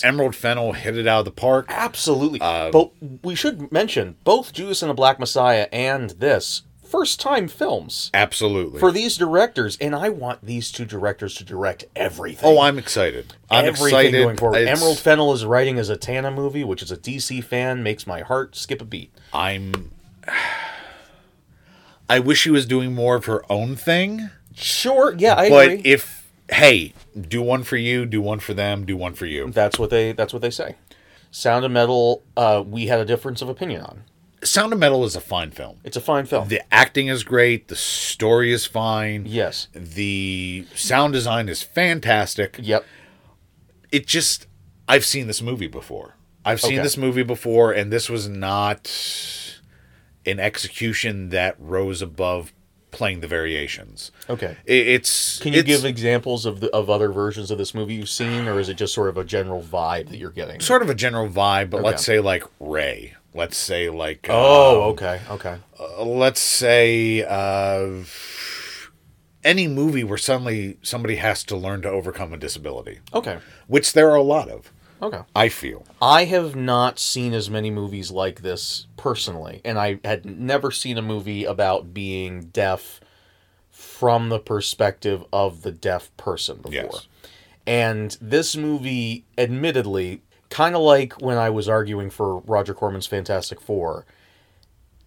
S1: Emerald Fennel hit it out of the park.
S5: Absolutely. Uh, but we should mention both Judas and the Black Messiah and this first time films
S1: Absolutely.
S5: for these directors and I want these two directors to direct everything.
S1: oh, I'm excited. I'm
S5: Everything
S1: excited.
S5: going forward.
S1: It's-
S5: Emerald Fennel is writing a Zatanna movie, which is a DC fan makes my heart skip a beat.
S1: I'm. I wish she was doing more of her own thing.
S5: Sure, yeah, I
S1: but
S5: agree.
S1: if hey, do one for you, do one for them, do one for you.
S5: that's what they that's what they say. Sound of Metal, uh, we had a difference of opinion on.
S1: Sound of Metal is a fine film.
S5: It's a fine film.
S1: The acting is great. The story is fine.
S5: yes.
S1: The sound design is fantastic.
S5: Yep.
S1: It just, I've seen this movie before. I've seen
S5: Okay.
S1: this movie before, and this was not an execution that rose above playing the variations.
S5: Okay.
S1: I- It's
S5: Can you
S1: it's
S5: give examples of the, of other versions of this movie you've seen, or is it just sort of a general vibe that you're getting?
S1: sort of a general vibe, but let's
S5: Okay.
S1: say like Ray. Let's say like
S5: Oh,
S1: um,
S5: okay, okay.
S1: let's say uh, any movie where suddenly somebody has to learn to overcome a disability,
S5: Okay,
S1: which there are a lot of,
S5: okay.
S1: I feel.
S5: I have not seen as many movies like this personally, and I had never seen a movie about being deaf from the perspective of the deaf person before.
S1: Yes.
S5: And this movie, admittedly, kind of like when I was arguing for Roger Corman's Fantastic Four,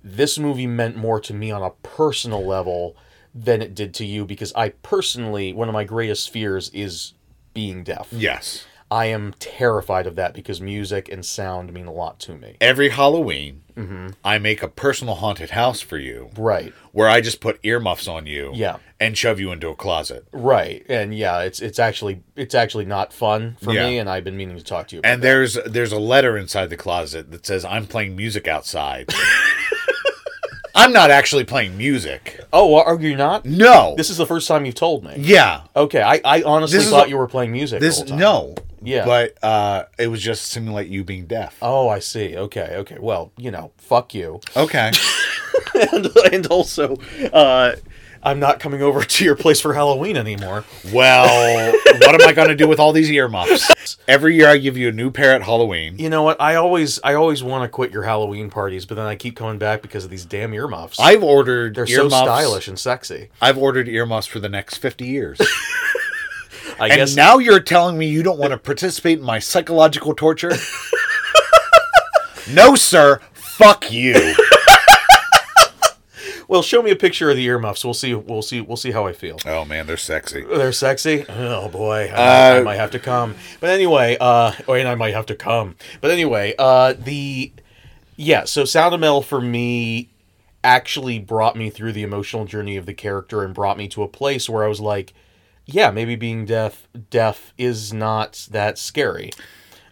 S5: this movie meant more to me on a personal level than it did to you because I personally, one of my greatest fears is being deaf.
S1: Yes.
S5: I am terrified of that because music and sound mean a lot to me.
S1: Every Halloween,
S5: Mm-hmm.
S1: I make a personal haunted house for you
S5: Right.
S1: where I just put earmuffs on you
S5: Yeah.
S1: and shove you into a closet.
S5: Right. And yeah, it's it's actually it's actually not fun for
S1: Yeah.
S5: me and I've been meaning to talk to you about
S1: And there's there's a letter inside the closet that says I'm playing music outside. I'm not actually playing music.
S5: Oh, are you not?
S1: No.
S5: This is the first time you've told me.
S1: yeah.
S5: Okay, I, I honestly
S1: This is
S5: thought
S1: a-
S5: you were playing music.
S1: This
S5: the whole time.
S1: no.
S5: Yeah. Uh.
S1: But uh it was just to simulate you being deaf.
S5: Oh, I see. Okay, okay. Well, you know, fuck you.
S1: Okay.
S5: and, and also, uh, I'm not coming over to your place for Halloween anymore.
S1: Well, what am I going to do with all these earmuffs? Every year I give you a new pair at Halloween.
S5: You know what? I always I always want to quit your Halloween parties, but then I keep coming back because of these damn earmuffs.
S1: I've ordered
S5: They're
S1: earmuffs.
S5: so stylish and sexy.
S1: I've ordered earmuffs for the next 50 years.
S5: I
S1: and
S5: guess
S1: now you're telling me you don't want to participate in my psychological torture? no, sir. Fuck you.
S5: Well, show me a picture of the earmuffs. We'll see. We'll see. We'll see how I feel.
S1: Oh, man, they're sexy.
S5: They're sexy. Oh boy, I, I might have to come. But anyway, uh, oh, and I might have to come. But anyway, uh, the yeah. So Sound of Metal for me actually brought me through the emotional journey of the character and brought me to a place where I was like, yeah, maybe being deaf deaf is not that scary.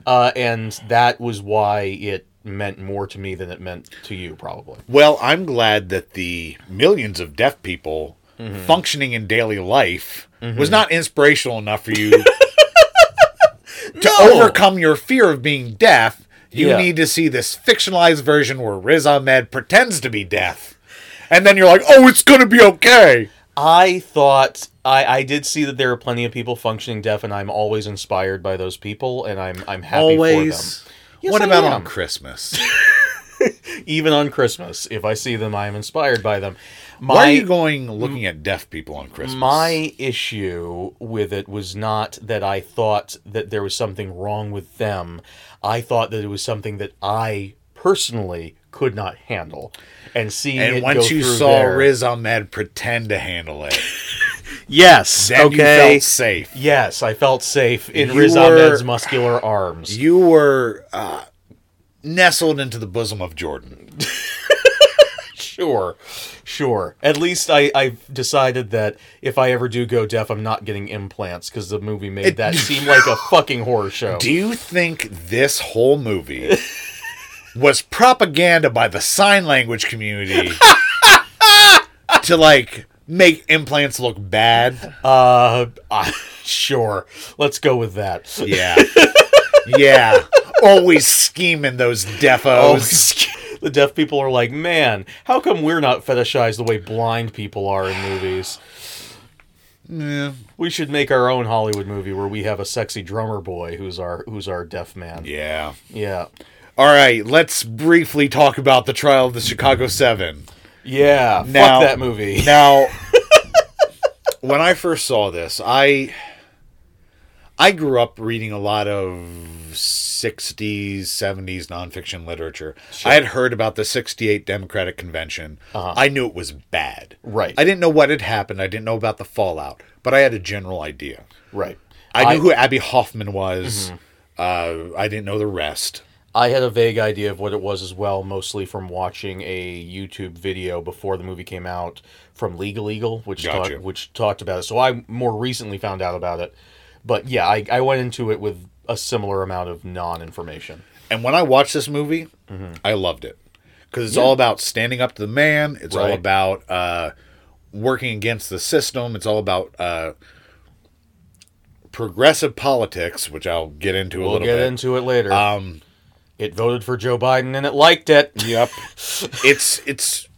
S5: Uh, and that was why it meant more to me than it meant to you, probably.
S1: Well, I'm glad that the millions of deaf people
S5: Mm-hmm.
S1: functioning in daily life was not inspirational enough for you to overcome your fear of being deaf. You
S5: Yeah.
S1: need to see this fictionalized version where Riz Ahmed pretends to be deaf. And then you're like, oh, it's going to be okay.
S5: I thought I, I did see that there are plenty of people functioning deaf, and I'm always inspired by those people, and I'm I'm happy
S1: Always.
S5: for them. Yes,
S1: what
S5: I
S1: about
S5: am.
S1: on Christmas?
S5: Even on Christmas, if I see them, I am inspired by them. My,
S1: Why are you going looking at deaf people on Christmas?
S5: My issue with it was not that I thought that there was something wrong with them. I thought that it was something that I personally could not handle, and seeing
S1: and
S5: it
S1: once
S5: go
S1: you
S5: through
S1: saw
S5: their-
S1: Riz Ahmed pretend to handle it,
S5: yes,
S1: then
S5: okay,
S1: you felt safe.
S5: yes, I felt safe in
S1: You
S5: Riz
S1: were-
S5: Ahmed's muscular arms.
S1: You were uh, nestled into the bosom of Jordan.
S5: Sure, sure. At least I, I've decided that if I ever do go deaf, I'm not getting implants because the movie made that seem like a fucking horror show.
S1: Do you think this whole movie was propaganda by the sign language community to like make implants look bad?
S5: Uh, I- sure. Let's go with that.
S1: Yeah. Yeah. Always scheming those defos.
S5: Oh, the deaf people are like, man, how come we're not fetishized the way blind people are in movies? We should make our own Hollywood movie where we have a sexy drummer boy who's our who's our deaf man.
S1: Yeah.
S5: Yeah.
S1: All right, let's briefly talk about the trial of the Chicago 7.
S5: Yeah.
S1: Now-
S5: Fuck that movie.
S1: Now, when I first saw this, I I grew up reading a lot of 60s, 70s nonfiction literature. I had heard about the 68 Democratic Convention. I knew it was bad.
S5: Right.
S1: I didn't know what had happened. I didn't know about the fallout, but I had a general idea.
S5: right.
S1: I knew who Abby Hoffman was.
S5: Mm-hmm.
S1: Uh, I didn't know the rest.
S5: I had a vague idea of what it was as well, mostly from watching a YouTube video before the movie came out from Legal Eagle, which
S1: Gotcha.
S5: talked, which talked about it. So I more recently found out about it, but yeah, I, I went into it with a similar amount of non-information.
S1: And when I watched this movie,
S5: Mm-hmm.
S1: I loved it because it's all about standing up to the man. It's all
S5: Right.
S1: about uh, working against the system. It's all about uh, progressive politics, which I'll get into a
S5: We'll
S1: little
S5: get
S1: bit.
S5: into it later. Um, it voted for Joe Biden and it liked it.
S1: Yep, it's it's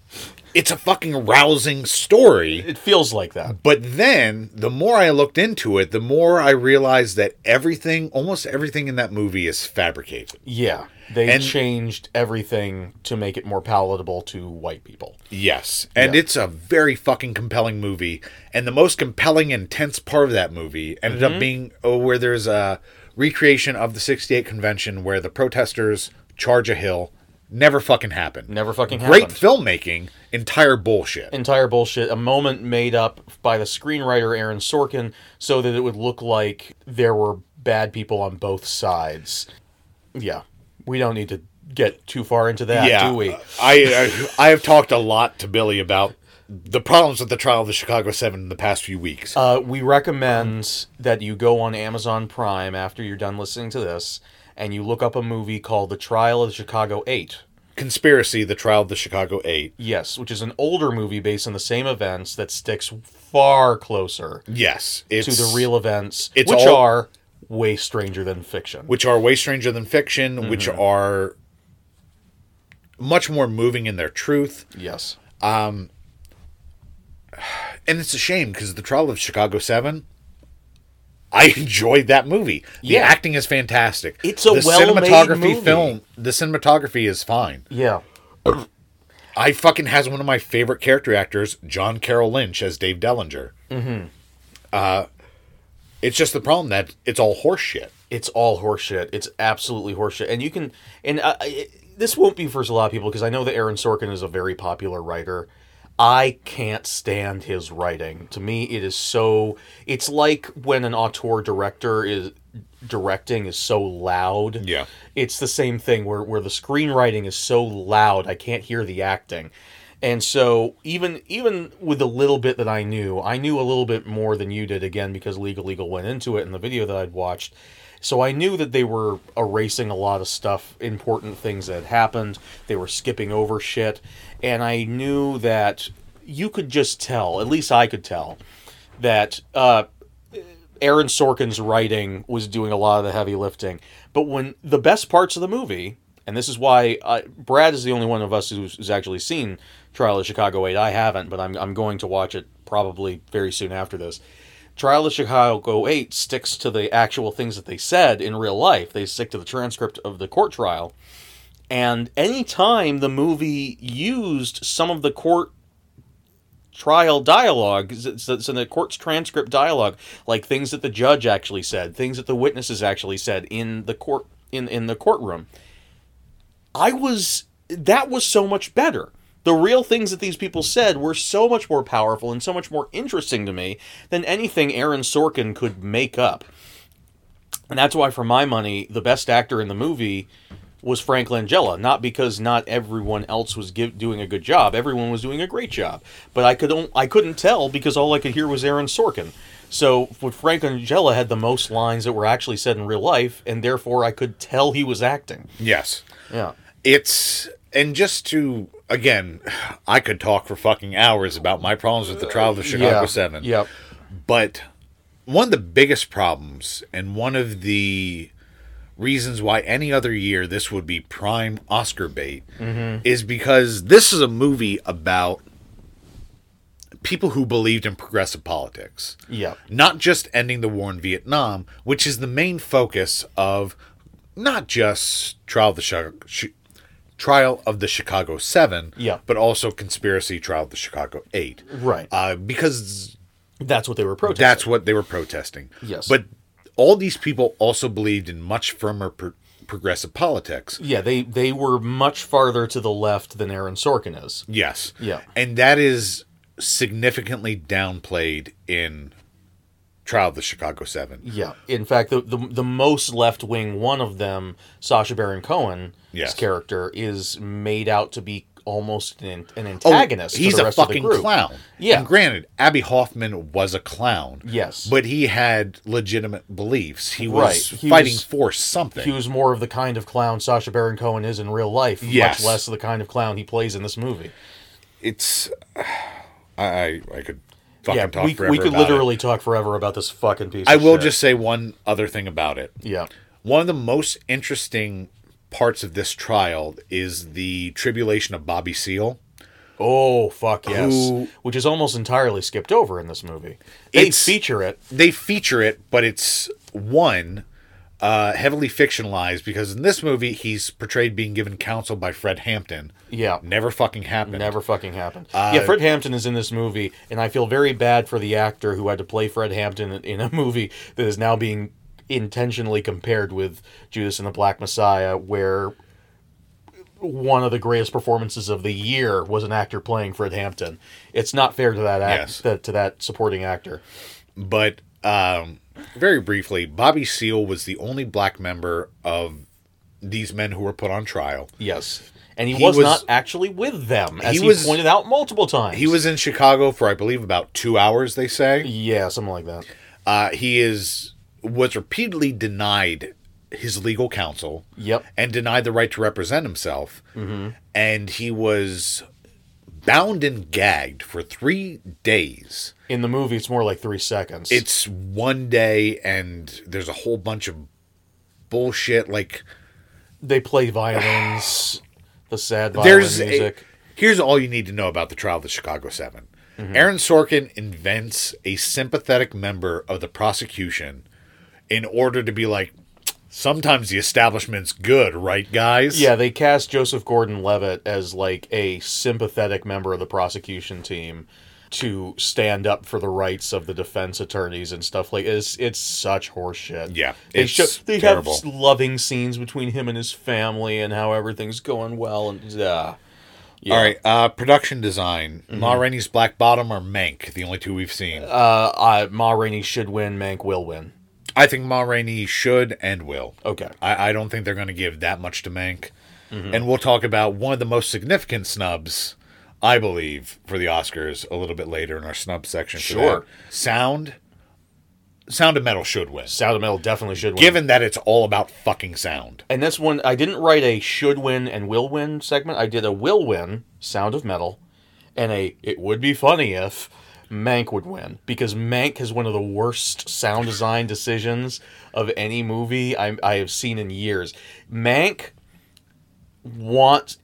S1: it's a fucking rousing story.
S5: It feels like that.
S1: But then the more I looked into it, the more I realized that everything, almost everything in that movie, is fabricated.
S5: Yeah, they
S1: And-
S5: changed everything to make it more palatable to white people.
S1: Yes. And it's a very fucking compelling movie. And the most compelling, intense part of that movie ended
S5: Mm-hmm.
S1: up being oh, where there's a recreation of the 68 convention where the protesters charge a hill. Never fucking happened.
S5: Never fucking
S1: Great
S5: happened.
S1: filmmaking, entire bullshit.
S5: entire bullshit, a moment made up by the screenwriter Aaron Sorkin so that it would look like there were bad people on both sides. Yeah. We don't need to get too far into that, do we?
S1: I, I I have talked a lot to Billy about the problems with the trial of the Chicago 7 in the past few weeks.
S5: Uh, we recommend that you go on Amazon Prime after you're done listening to this and you look up a movie called The Trial of the Chicago 8.
S1: Conspiracy, the trial of the Chicago 8.
S5: Yes, which is an older movie based on the same events that sticks far closer
S1: Yes. It's
S5: to the real events,
S1: it's
S5: which
S1: all-
S5: are way stranger than fiction. Mm-hmm.
S1: which are way stranger than fiction, which are much more moving in their truth.
S5: Yes.
S1: And it's a shame because The Trial of Chicago 7, I enjoyed that movie. The
S5: Yeah.
S1: acting is fantastic.
S5: It's a
S1: the
S5: well-made
S1: cinematography
S5: movie.
S1: film. The cinematography is fine.
S5: Yeah.
S1: I fucking has one of my favorite character actors, John Carroll Lynch, as Dave Dellinger. Mm-hmm. Uh, it's just the problem that it's all horseshit.
S5: It's all horseshit. It's absolutely horseshit. And you can, and uh, I, I, this won't be for a lot of people because I know that Aaron Sorkin is a very popular writer. I can't stand his writing. To me, it is so. It's like when an auteur director is directing is so loud.
S1: Yeah.
S5: It's the same thing where where the screenwriting is so loud I can't hear the acting. And so even even with the little bit that I knew, I knew a little bit more than you did again because Legal Legal went into it in the video that I'd watched. So I knew that they were erasing a lot of stuff, important things that had happened. They were skipping over shit, and I knew that you could just tell, at least I could tell, that uh Aaron Sorkin's writing was doing a lot of the heavy lifting. But when the best parts of the movie, and this is why uh, Brad is the only one of us who's, who's actually seen Trial of Chicago 8. I haven't, but I'm, I'm going to watch it probably very soon after this. Trial of Chicago 8 sticks to the actual things that they said in real life, they stick to the transcript of the court trial. And anytime the movie used some of the court trial dialogue, so, so the court's transcript dialogue, like things that the judge actually said, things that the witnesses actually said in the court in in the courtroom. I was that was so much better. The real things that these people said were so much more powerful and so much more interesting to me than anything Aaron Sorkin could make up. And that's why, for my money, the best actor in the movie was Frank Langella. Not because not everyone else was give, doing a good job; everyone was doing a great job. But I could on- I couldn't tell because all I could hear was Aaron Sorkin. So with Frank Langella had the most lines that were actually said in real life, and therefore I could tell he was acting.
S1: Yes.
S5: Yeah.
S1: It's and just to again, I could talk for fucking hours about my problems with the trial of the Chicago Seven.
S5: Yep.
S1: But one of the biggest problems and one of the reasons why any other year this would be prime Oscar bait is because this is a movie about people who believed in progressive politics.
S5: Yep.
S1: Not just ending the war in Vietnam, which is the main focus of not just trial of the Chicago, Chi- trial of the Chicago 7,
S5: Yeah.
S1: but also conspiracy trial of the Chicago 8.
S5: Right.
S1: Uh, because
S5: That's what they were protesting.
S1: that's what they were protesting.
S5: Yes.
S1: But all these people also believed in much firmer pro- progressive politics.
S5: yeah. They they were much farther to the left than Aaron Sorkin is.
S1: Yes.
S5: Yeah.
S1: And that is significantly downplayed in Trial of the Chicago 7.
S5: Yeah. In fact, the the, the most left wing one of them, Sasha Baron Cohen's
S1: Yes.
S5: character, is made out to be almost an, an
S1: Oh,
S5: antagonist. to
S1: he's
S5: the
S1: a
S5: rest of the
S1: fucking
S5: group.
S1: clown.
S5: Yeah.
S1: And granted, Abby Hoffman was a clown.
S5: Yes.
S1: But he had legitimate beliefs. He was
S5: Right. He
S1: fighting
S5: was-
S1: for something.
S5: He was more of the kind of clown Sasha Baron Cohen is in real life,
S1: Yes.
S5: much less of the kind of clown he plays in this movie.
S1: it's I I, I could fucking
S5: yeah,
S1: talk
S5: we,
S1: forever
S5: we could
S1: about it.
S5: literally talk forever about this fucking piece.
S1: I
S5: of
S1: will
S5: shit.
S1: just say one other thing about it.
S5: yeah,
S1: One of the most interesting parts of this trial is the tribulation of Bobby Seale.
S5: oh fuck yes,
S1: Who-
S5: which is almost entirely skipped over in this movie. They
S1: It's-
S5: feature it.
S1: They feature it, but it's one uh, heavily fictionalized because in this movie he's portrayed being given counsel by Fred Hampton.
S5: Yeah.
S1: never fucking happened.
S5: Never fucking happened.
S1: Uh,
S5: yeah, Fred Hampton is in this movie, and I feel very bad for the actor who had to play Fred Hampton in, in a movie that is now being intentionally compared with Judas and the Black Messiah, where one of the greatest performances of the year was an actor playing Fred Hampton. It's not fair to that act,
S1: Yes.
S5: that, to that supporting actor.
S1: But um, very briefly, Bobby Seale was the only black member of these men who were put on trial.
S5: Yes. And he,
S1: He
S5: was,
S1: was-
S5: not actually with them, as
S1: He
S5: he,
S1: was-
S5: pointed out multiple times.
S1: He was in Chicago for I believe about two hours. They say.
S5: yeah, something like that.
S1: Uh, he is was repeatedly denied his legal counsel
S5: Yep.
S1: and denied the right to represent himself,
S5: Mm-hmm.
S1: and he was bound and gagged for three days.
S5: In the movie, it's more like three seconds.
S1: It's one day, and there's a whole bunch of bullshit. Like
S5: they play violins. the sad violin
S1: There's a-
S5: music.
S1: here's all you need to know about the trial of the Chicago 7
S5: Mm-hmm.
S1: Aaron Sorkin invents a sympathetic member of the prosecution in order to be like, sometimes the establishment's good, right, guys?
S5: yeah, they cast Joseph Gordon-Levitt as like a sympathetic member of the prosecution team to stand up for the rights of the defense attorneys and stuff like it's it's such horseshit.
S1: Yeah,
S5: they
S1: it's
S5: show they
S1: terrible.
S5: have loving scenes between him and his family and how everything's going well and uh, yeah. Mm-hmm.
S1: All right. Uh, production design: Ma Rainey's Black Bottom or Mank, the only two we've seen.
S5: Uh, I, Ma Rainey should win. Mank will win.
S1: I think Ma Rainey should and will.
S5: Okay.
S1: I, I don't think they're going to give that much to Mank.
S5: Mm-hmm.
S1: And we'll talk about one of the most significant snubs, I believe, for the Oscars a little bit later in our snub section. for
S5: Sure.
S1: that. Sound. Sound of Metal should win,
S5: Sound of Metal definitely should win.
S1: given that it's all about fucking sound.
S5: And that's one I didn't write a should win and will win segment. I did a will win Sound of Metal, and a it would be funny if Mank would win because Mank has one of the worst sound design decisions of any movie I, I have seen in years. Mank want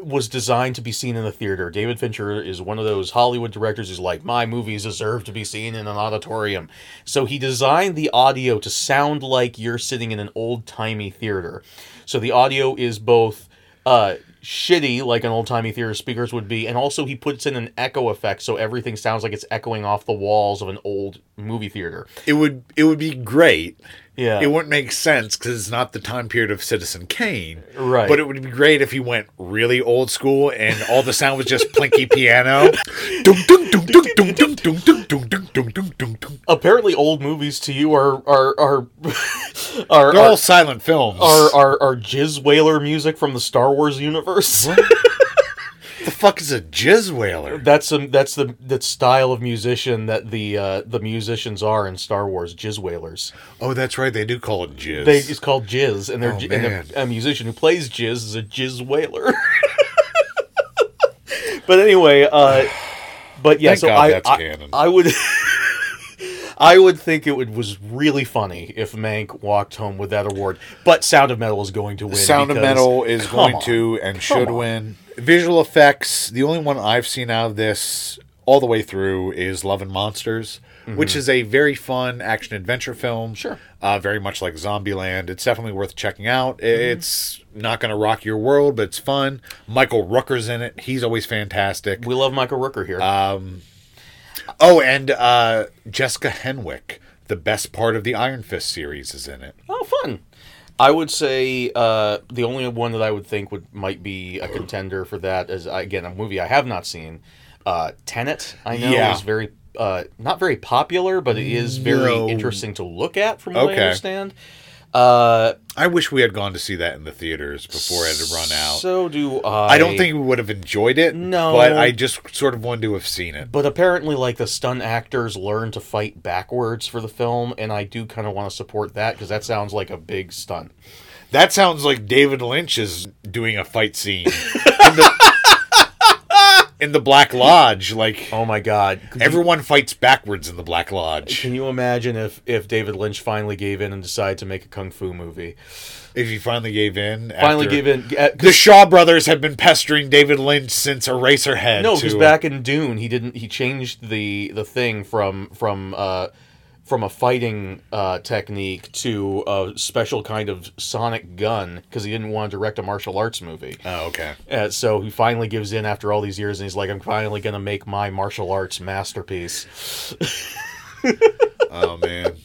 S5: was designed to be seen in the theater. David Fincher is one of those Hollywood directors who's like, my movies deserve to be seen in an auditorium. So he designed the audio to sound like you're sitting in an old timey theater. So the audio is both uh, shitty, like an old timey theater speakers would be, and also he puts in an echo effect so everything sounds like it's echoing off the walls of an old movie theater.
S1: It would it would be great.
S5: Yeah.
S1: It wouldn't make sense because it's not the time period of Citizen Kane.
S5: Right.
S1: But it would be great if he went really old school and all the sound was just plinky piano. Dum, dum, dum, dum, dum, dum, dum, dum, dum, dum, dum, dum, dum, dum.
S5: Apparently, old movies to you are are are are,
S1: They're all silent films.
S5: our our our jizz whaler music from the Star Wars universe.
S1: the fuck is a jizz whaler?
S5: that's um that's the that style of musician that the uh, the musicians are in Star Wars jizz whalers.
S1: Oh, that's right. They do call it jizz.
S5: They it's called jizz, and they're
S1: Oh,
S5: j- and
S1: man.
S5: a, a musician who plays jizz is a jizz whaler. but anyway, uh, but yeah,
S1: Thank
S5: so
S1: God
S5: I,
S1: that's
S5: I
S1: canon.
S5: I would. I would think it would, was really funny if Mank walked home with that award, but Sound of Metal is going to win.
S1: Sound of
S5: because-
S1: Metal is
S5: come
S1: going
S5: on.
S1: to and should
S5: on.
S1: win. Visual effects, the only one I've seen out of this all the way through is Love and Monsters, which is a very fun action adventure film.
S5: Mm-hmm. Sure.
S1: Uh, very much like Zombieland. It's definitely worth checking out. I-
S5: Mm-hmm.
S1: It's not going to rock your world, but it's fun. Michael Rooker's in it. He's always fantastic.
S5: We love Michael Rooker here.
S1: Oh, and uh, Jessica Henwick, the best part of the Iron Fist series, is in it.
S5: Oh, fun. I would say uh, the only one that I would think would might be a contender for that is uh, again a movie I have not seen. Uh, Tenet, I know,
S1: Yeah.
S5: is very uh, not very popular, but it is very
S1: No.
S5: interesting to look at from what
S1: Okay.
S5: I understand. Uh,
S1: I wish we had gone to see that in the theaters before it had run out.
S5: So do I.
S1: I don't think we would have enjoyed it.
S5: No.
S1: But I just sort of wanted to have seen it.
S5: But apparently, like the stunt actors learn to fight backwards for the film, and I do kind of want to support that because that sounds like a big stunt.
S1: That sounds like David Lynch is doing a fight scene in the, in the Black Lodge. Like,
S5: Oh my god!
S1: everyone fights backwards in the Black Lodge.
S5: Can you imagine if if David Lynch finally gave in and decided to make a kung fu movie?
S1: If he finally gave in.
S5: Finally
S1: after-
S5: gave in. uh, 'cause-
S1: The Shaw brothers have been pestering David Lynch since Eraserhead.
S5: no,
S1: to-
S5: because back in Dune, he didn't. He changed the the thing from from uh, from a fighting uh, technique to a special kind of sonic gun because he didn't want to direct a martial arts movie.
S1: Oh, okay.
S5: Uh, so he finally gives in after all these years, and he's like, "I'm finally gonna make my martial arts masterpiece."
S1: Oh man.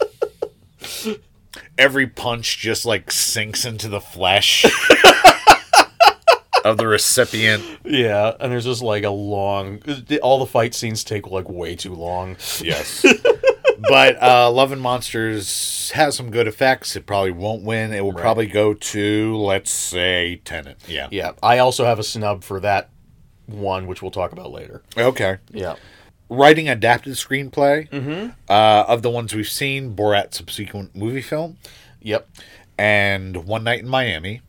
S1: Every punch just like sinks into the flesh of the recipient.
S5: Yeah, and there's just like a long. All the fight scenes take like way too long.
S1: Yes. but uh, Love and Monsters has some good effects. It probably won't win. It will probably go to, let's say, Tenant. Yeah.
S5: Yeah, I also have a snub for that one, which we'll talk about later.
S1: Okay.
S5: Yeah.
S1: Writing adapted screenplay uh, of the ones we've seen Borat subsequent movie film
S5: Yep.
S1: and One Night in Miami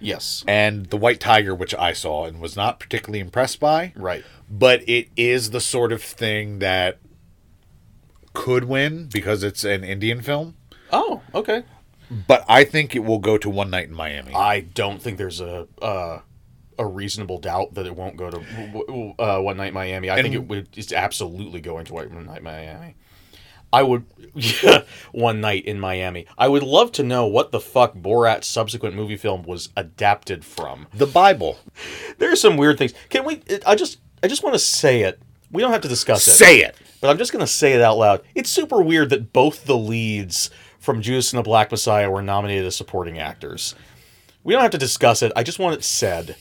S5: Yes.
S1: and The White Tiger, which I saw and was not particularly impressed by.
S5: Right.
S1: but it is the sort of thing that could win because it's an Indian film.
S5: Oh, okay.
S1: But I think it will go to One Night in Miami.
S5: I don't think there's a uh, a reasonable doubt that it won't go to w- w- uh, One Night Miami. I think it would it's absolutely going to One Night Miami. I would One Night in Miami. I would love to know what the fuck Borat's subsequent movie film was adapted from.
S1: The Bible.
S5: There are some weird things. Can we? I just I just want to say it. We don't have to discuss it.
S1: Say it.
S5: But I'm just going to say it out loud. It's super weird that both the leads from Judas and the Black Messiah were nominated as supporting actors. We don't have to discuss it. I just want it said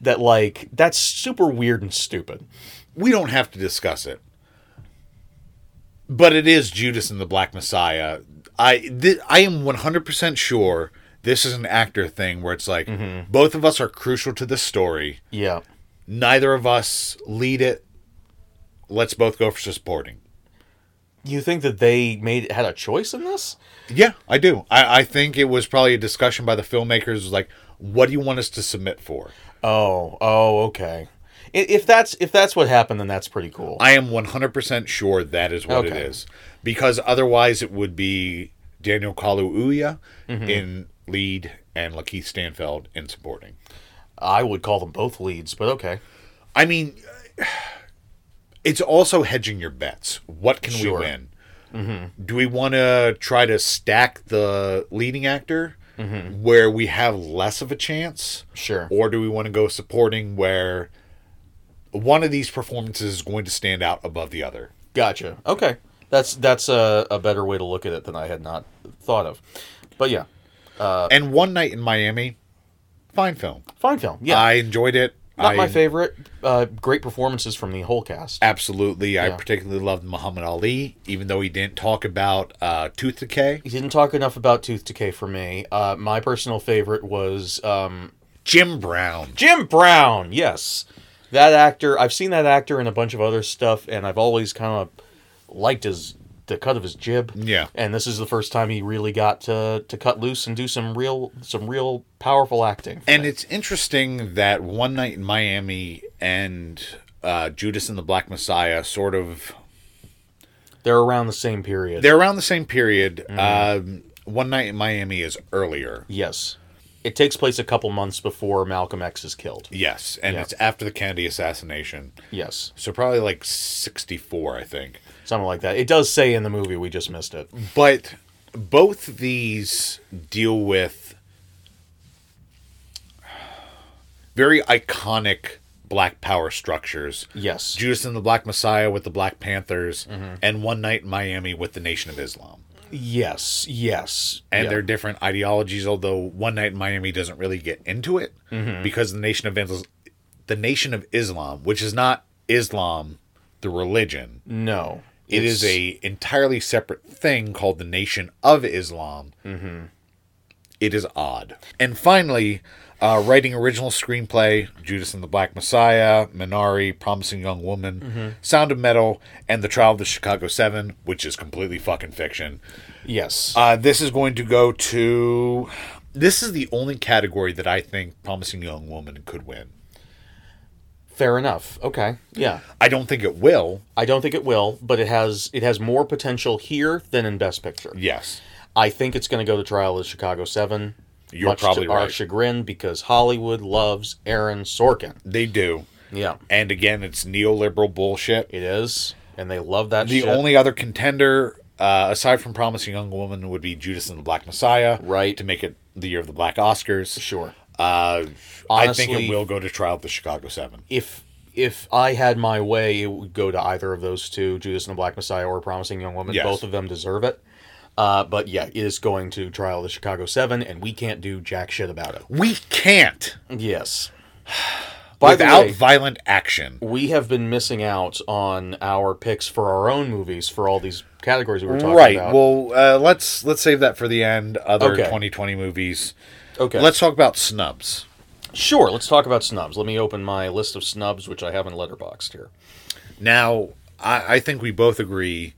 S5: that, like, that's super weird and stupid.
S1: We don't have to discuss it. But it is Judas and the Black Messiah. I thi- I am 100% sure this is an actor thing where it's like both of us are crucial to the story.
S5: Yeah.
S1: Neither of us lead it. Let's both go for supporting.
S5: You think that they made had a choice in this?
S1: Yeah, I do. I, I think it was probably a discussion by the filmmakers like, what do you want us to submit for?
S5: Oh, oh, okay. I- If that's if that's what happened, then that's pretty cool.
S1: I am 100% sure that is what
S5: Okay.
S1: it is. Because otherwise, it would be Daniel Kaluuya
S5: Mm-hmm.
S1: in lead and Lakeith Stanfield in supporting.
S5: I would call them both leads, but okay.
S1: I mean, it's also hedging your bets. What can
S5: Sure. Mm-hmm.
S1: we win? Do we want to try to stack the leading actor where we have less of a chance?
S5: Mm-hmm. Sure.
S1: Or do we want to go supporting where one of these performances is going to stand out above the other?
S5: Gotcha. Okay, that's that's a, a better way to look at it than I had not thought of. But yeah,
S1: and One Night in Miami, fine film.
S5: fine film. Yeah,
S1: I enjoyed it.
S5: not
S1: I
S5: my favorite. Uh, great performances from the whole cast.
S1: Absolutely. I
S5: Yeah.
S1: particularly loved Muhammad Ali, even though he didn't talk about uh, tooth decay.
S5: You didn't talk enough about Tooth Decay for me. Uh, my personal favorite was um,
S1: Jim Brown.
S5: Jim Brown. Yes, that actor. I've seen that actor in a bunch of other stuff, and I've always kind of liked his the cut of his jib.
S1: Yeah.
S5: And this is the first time he really got to to cut loose and do some real some real powerful acting.
S1: And it's interesting that One Night in Miami and uh, Judas and the Black Messiah sort of
S5: They're around the same period.
S1: they're around the same period.
S5: Mm-hmm.
S1: Um, One Night in Miami is earlier.
S5: Yes. It takes place a couple months before Malcolm X is killed.
S1: Yes, and
S5: Yeah.
S1: it's after the Kennedy assassination.
S5: Yes.
S1: So probably like 64, I think.
S5: Something like that. It does say in the movie, we just missed it.
S1: but both these deal with very iconic black power structures.
S5: Yes.
S1: Judas and the Black Messiah with the Black Panthers, and One Night in Miami with the Nation of Islam.
S5: Yes. Yes.
S1: And
S5: Yeah.
S1: their different ideologies, although One Night in Miami doesn't really get into it because the Nation of Islam, the Nation of Islam, which is not Islam, the religion,
S5: No.
S1: it is
S5: It's-
S1: a entirely separate thing called the Nation of Islam. Mm-hmm. is odd. And finally, uh, writing original screenplay: Judas and the Black Messiah, Minari, Promising Young Woman, Sound of Metal, and The Trial of the Chicago Seven, which is completely fucking fiction.
S5: Yes.
S1: Uh, this is going to go to. This is the only category that I think Promising Young Woman could win.
S5: Fair enough. Okay. Yeah.
S1: I don't think it will.
S5: I don't think it will, but it has it has more potential here than in Best Picture.
S1: Yes.
S5: I think it's going to go to trial of the Chicago Seven.
S1: You're
S5: much
S1: probably
S5: to our
S1: right.
S5: chagrin because Hollywood loves Aaron Sorkin.
S1: They do.
S5: Yeah.
S1: And again, it's neoliberal bullshit.
S5: It is, and they love that.
S1: The
S5: shit.
S1: only other contender, uh, aside from Promising Young Woman, would be Judas and the Black Messiah,
S5: Right.
S1: To make it the year of the Black Oscars.
S5: sure.
S1: Uh, I think
S5: Honestly-
S1: it will go to trial at the Chicago Seven.
S5: if if I had my way, it would go to either of those two, Judas and the Black Messiah or Promising Young Woman.
S1: Yes.
S5: Both of them deserve it. Uh, but yeah, it is going to trial of the Chicago Seven, and we can't do jack shit about it.
S1: We can't
S5: Yes. By
S1: without
S5: the way,
S1: violent action.
S5: we have been missing out on our picks for our own movies for all these categories we were talking
S1: Right.
S5: about.
S1: Well, uh, let's let's save that for the end. Other
S5: Okay.
S1: 2020 movies.
S5: okay.
S1: Let's talk about snubs.
S5: sure. Let's talk about snubs. Let me open my list of snubs, which I haven't letterboxed here.
S1: Now, I, I think we both agree.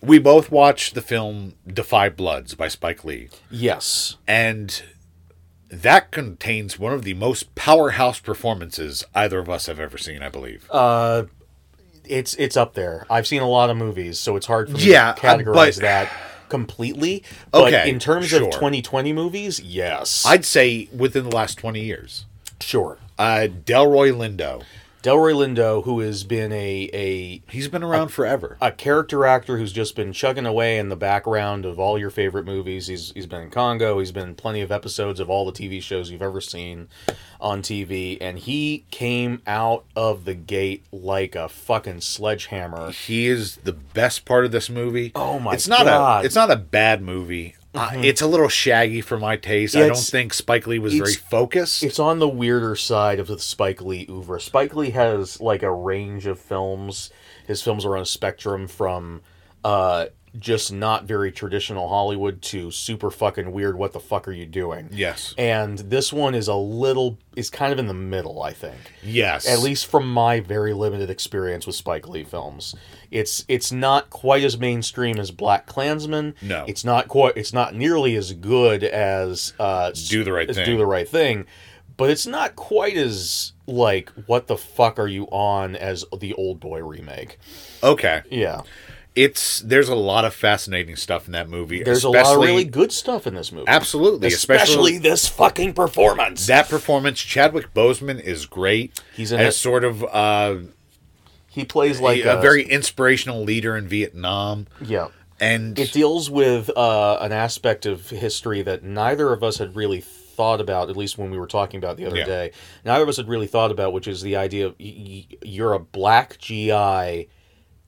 S1: We both watched the film Defy Bloods by Spike Lee.
S5: Yes.
S1: and that contains one of the most powerhouse performances either of us have ever seen, I believe.
S5: Uh, it's it's up there. I've seen a lot of movies, so it's hard for me
S1: Yeah, uh,
S5: to categorize
S1: but-
S5: that completely. But
S1: Okay,
S5: in terms
S1: sure.
S5: of 2020 movies, yes.
S1: I'd say within the last 20 years.
S5: Sure.
S1: Uh, Delroy Lindo.
S5: Delroy Lindo, who has been a a
S1: He's been around
S5: Uh,
S1: forever.
S5: a character actor who's just been chugging away in the background of all your favorite movies. He's he's been in Congo. He's been in plenty of episodes of all the TV shows you've ever seen on TV, and he came out of the gate like a fucking sledgehammer.
S1: he is the best part of this movie.
S5: Oh my
S1: it's not
S5: God. Mm-hmm.
S1: A, it's not a bad movie. Uh, it's a little shaggy for my taste. I don't
S5: It's-
S1: think Spike Lee was very
S5: it's-
S1: focused.
S5: It's on the weirder side of the Spike Lee oeuvre. Spike Lee has like a range of films. His films are on a spectrum from uh, just not very traditional Hollywood to super fucking weird. What the fuck are you doing?
S1: yes.
S5: And this one is a little is kind of in the middle, I think.
S1: Yes.
S5: At least from my very limited experience with Spike Lee films, it's it's not quite as mainstream as Black Klansman.
S1: No.
S5: it's not quite. It's not nearly as good as uh,
S1: Do the Right
S5: as
S1: Thing.
S5: Do the right thing, but it's not quite as like what the fuck are you on as the Old Boy remake.
S1: Okay.
S5: Yeah,
S1: It's there's a lot of fascinating stuff in that movie.
S5: there's a lot of
S1: especially-
S5: really good stuff in this movie.
S1: Absolutely,
S5: especially, this fucking performance.
S1: that performance. Chadwick Boseman is great.
S5: He's in
S1: as
S5: it.
S1: sort of uh,
S5: he plays like
S1: a, very inspirational leader in Vietnam,
S5: yeah.
S1: and
S5: It deals with uh, an aspect of history that neither of us had really thought about, at least when we were talking about it the other
S1: Yeah.
S5: day. Neither of us had really thought about, which is the idea of y- y- you're a black GI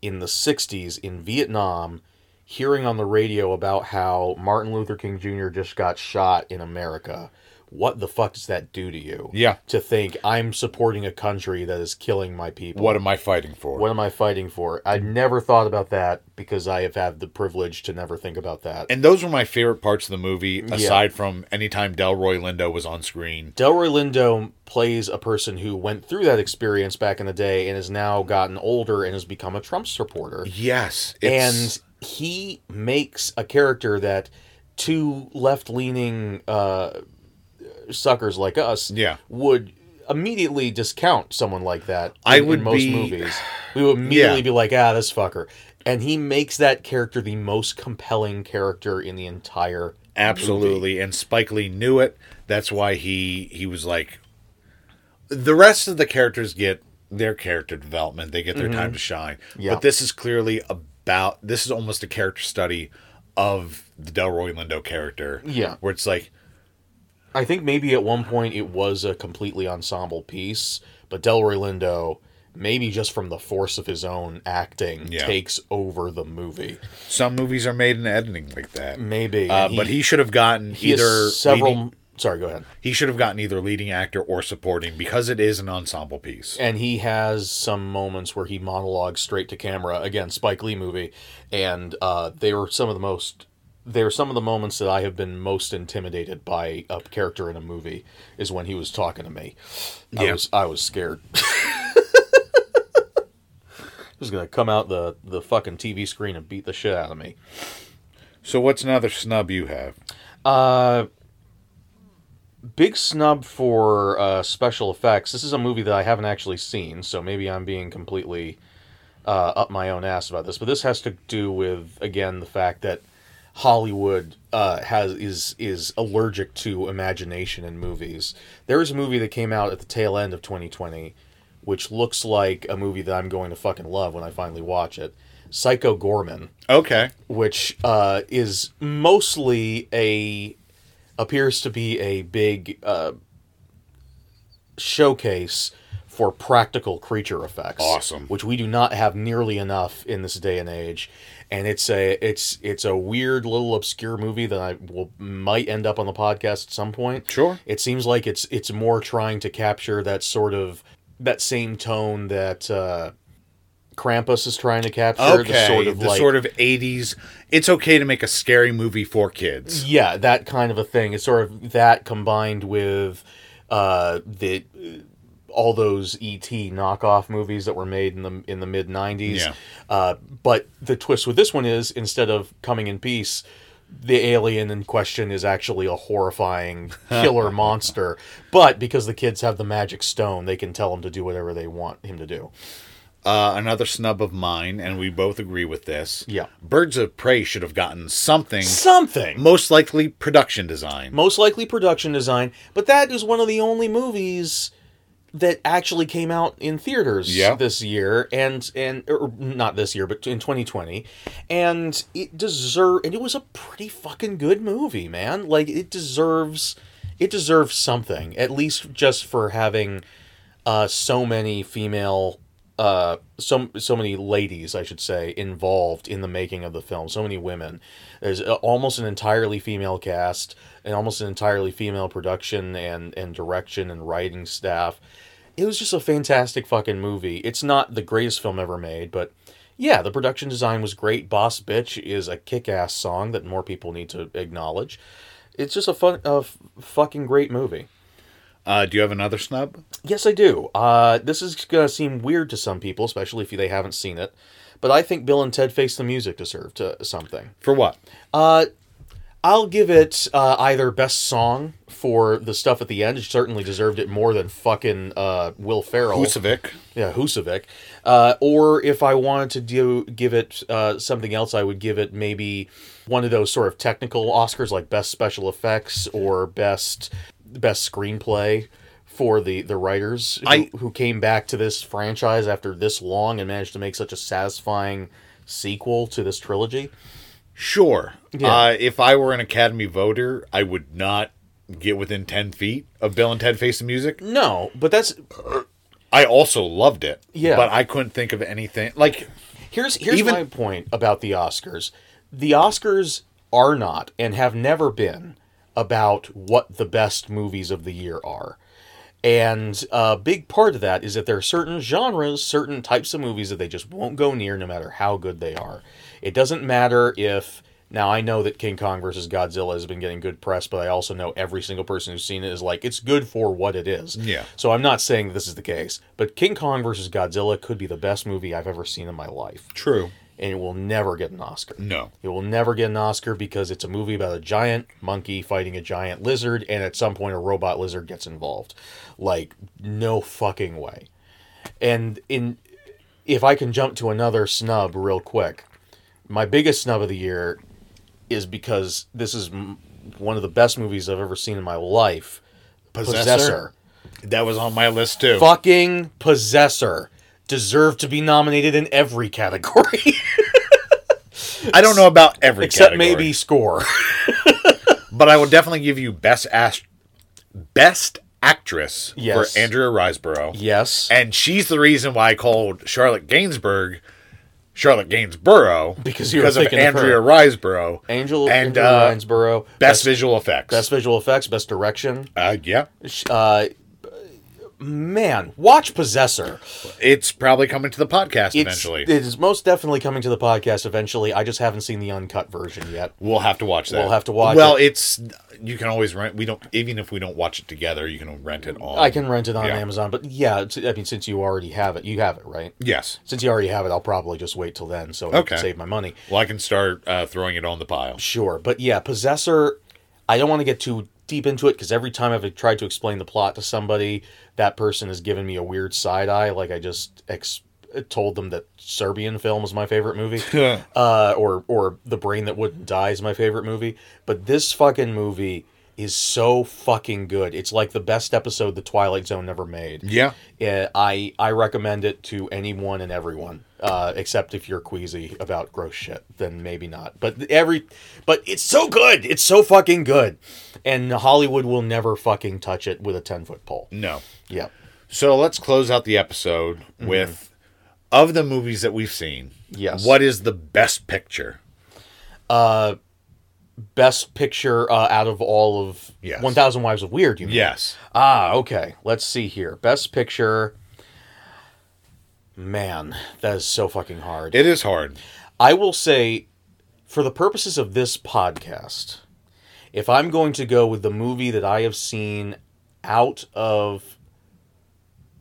S5: in the 60s in Vietnam hearing on the radio about how Martin Luther King Jr. just got shot in America. What the fuck does that do to you?
S1: Yeah.
S5: To think I'm supporting a country that is killing my people
S1: what am I fighting for?
S5: what am I fighting for? I never thought about that because I have had the privilege to never think about that.
S1: and those were my favorite parts of the movie, aside from anytime Delroy Lindo was on screen.
S5: Delroy Lindo plays a person who went through that experience back in the day and has now gotten older and has become a Trump supporter.
S1: Yes,
S5: and he makes a character that two left-leaning uh, suckers like us
S1: Yeah.
S5: would immediately discount someone like that
S1: I
S5: in- in
S1: would
S5: most
S1: be-
S5: movies we would immediately
S1: Yeah.
S5: be like ah this fucker and he makes that character the most compelling character in the entire
S1: absolutely. And Spike Lee knew it. That's why he he was like. The rest of the characters get their character development. They get their time to shine.
S5: Mm-hmm. Yeah.
S1: But this is clearly about. This is almost a character study of the Delroy Lindo character.
S5: Yeah.
S1: where it's like
S5: I think maybe at one point it was a completely ensemble piece, but Delroy Lindo, maybe just from the force of his own acting,
S1: Yeah.
S5: takes over the movie.
S1: some movies are made in editing like that.
S5: Maybe.
S1: Uh,
S5: Mm-hmm. And
S1: but he should have gotten
S5: he has
S1: either
S5: several.
S1: leading-
S5: Sorry, go ahead.
S1: he should have gotten either leading actor or supporting because it is an ensemble piece.
S5: And he has some moments where he monologues straight to camera. Again, Spike Lee movie, and uh, they were some of the most. They were some of the moments that I have been most intimidated by a character in a movie is when he was talking to me. I
S1: Yeah.
S5: was I was scared. He was gonna come out the the fucking TV screen and beat the shit out of me.
S1: So what's another snub you have?
S5: Uh, big snub for uh, special effects. This is a movie that I haven't actually seen, so maybe I'm being completely uh, up my own ass about this. But this has to do with again the fact that Hollywood uh, has is is allergic to imagination in movies. There is a movie that came out at the tail end of 2020, which looks like a movie that I'm going to fucking love when I finally watch it. Psycho Gorman
S1: Okay.
S5: which uh, is mostly a appears to be a big uh, showcase for practical creature effects.
S1: Awesome.
S5: which we do not have nearly enough in this day and age. And it's a it's it's a weird little obscure movie that I will might end up on the podcast at some point.
S1: Sure.
S5: it seems like it's it's more trying to capture that sort of that same tone that uh, Krampus is trying to capture.
S1: Okay.
S5: the sort of like
S1: 80s. It's okay to make a scary movie for kids.
S5: Yeah, that kind of a thing. It's sort of that combined with uh, the all those ET knockoff movies that were made in the in the mid '90s.
S1: Yeah.
S5: Uh, but the twist with this one is instead of coming in peace. The alien in question is actually a horrifying killer monster, but because the kids have the magic stone, they can tell him to do whatever they want him to do.
S1: Uh, another snub of mine, and we both agree with this.
S5: Yeah.
S1: Birds of Prey should have gotten something,
S5: Something.
S1: most likely production design.
S5: Most likely production design, but that is one of the only movies that actually came out in theaters
S1: Yeah.
S5: this year and and or not this year but in 2020 and it deserve and it was a pretty fucking good movie man like it deserves it deserves something at least just for having uh, so many female uh so so many ladies I should say involved in the making of the film so many women there's a- almost an entirely female cast and almost an entirely female production and and direction and writing staff it was just a fantastic fucking movie it's not the greatest film ever made but yeah the production design was great boss bitch is a kick-ass song that more people need to acknowledge it's just a fun a f- fucking great movie
S1: Uh, do you have another snub?
S5: Yes, I do. Uh, this is going to seem weird to some people, especially if they haven't seen it. But I think Bill and Ted Face the Music deserved uh, something.
S1: For what?
S5: Uh, I'll give it uh, either best song for the stuff at the end. It certainly deserved it more than fucking uh, Will Ferrell.
S1: Husevic.
S5: Yeah, Husevic. Uh, or if I wanted to do give it uh, something else, I would give it maybe one of those sort of technical Oscars, like best special effects or best best screenplay for the the writers who,
S1: I-
S5: who came back to this franchise after this long and managed to make such a satisfying sequel to this trilogy.
S1: Sure.
S5: Yeah.
S1: Uh, if I were an Academy voter, I would not get within 10 feet of Bill and Ted Face the Music.
S5: No, but that's
S1: I also loved it.
S5: Yeah.
S1: But I couldn't think of anything. Like,
S5: Here's here's
S1: Even-
S5: my point about the Oscars. The Oscars are not and have never been about what the best movies of the year are. And a big part of that is that there are certain genres, certain types of movies that they just won't go near no matter how good they are. It doesn't matter if now I know that King Kong versus Godzilla has been getting good press, but I also know every single person who's seen it is like it's good for what it is.
S1: Yeah.
S5: So I'm not saying this is the case, but King Kong versus Godzilla could be the best movie I've ever seen in my life
S1: true.
S5: and it will never get an Oscar.
S1: No.
S5: It will never get an Oscar because it's a movie about a giant monkey fighting a giant lizard, and at some point a robot lizard gets involved. Like, no fucking way. And in if I can jump to another snub real quick, my biggest snub of the year is because this is m- one of the best movies I've ever seen in my life. Possessor.
S1: That was on my list too.
S5: Fucking Possessor. Deserved to be nominated in every category.
S1: I don't know about every
S5: except
S1: category,
S5: maybe score.
S1: but I will definitely give you best ast- best actress
S5: Yes.
S1: for Andrea Riseborough.
S5: yes,
S1: And she's the reason why I called Charlotte Gainsbourg Charlotte Gainsborough
S5: Because you were
S1: of
S5: thinking of her.
S1: Andrea Riseborough.
S5: Angel
S1: and
S5: and Andrew
S1: uh,
S5: Lansborough,
S1: best visual effects.
S5: best visual effects, best direction.
S1: uh, yeah,
S5: Uh, man, watch Possessor.
S1: it's probably coming to the podcast
S5: It's,
S1: eventually.
S5: it is most definitely coming to the podcast eventually. I just haven't seen the uncut version yet.
S1: We'll have to watch that.
S5: We'll have to watch
S1: Well,
S5: it.
S1: it's you can always rent. We don't even if we don't watch it together. You can rent it on.
S5: I can rent it on
S1: Yeah.
S5: Amazon, but yeah, it's- I mean, since you already have it, you have it, right?
S1: Yes.
S5: Since you already have it, I'll probably just wait till then, so I
S1: Okay.
S5: can save my money.
S1: Well, I can start uh, throwing it on the pile.
S5: Sure, but yeah, Possessor. I don't want to get too deep into it because every time I've tried to explain the plot to somebody, that person has given me a weird side eye. Like I just ex- told them that Serbian film was my favorite movie, uh, or or The Brain That Wouldn't Die is my favorite movie. But this fucking movie is so fucking good. It's like the best episode the Twilight Zone never made.
S1: Yeah.
S5: Uh, I I recommend it to anyone and everyone, uh, except if you're queasy about gross shit, then maybe not. But every, but it's so good, it's so fucking good, and Hollywood will never fucking touch it with a ten foot pole.
S1: No.
S5: Yep.
S1: So let's close out the episode with of the movies that we've seen.
S5: Mm-hmm. Yes.
S1: What is the best picture?
S5: Best picture uh, out of all of
S1: Yes.
S5: One Thousand Wives of Weird. You mean?
S1: Yes.
S5: Ah, okay. Let's see here. Best picture. Man, that is so fucking hard.
S1: It is hard.
S5: I will say, for the purposes of this podcast, if I'm going to go with the movie that I have seen out of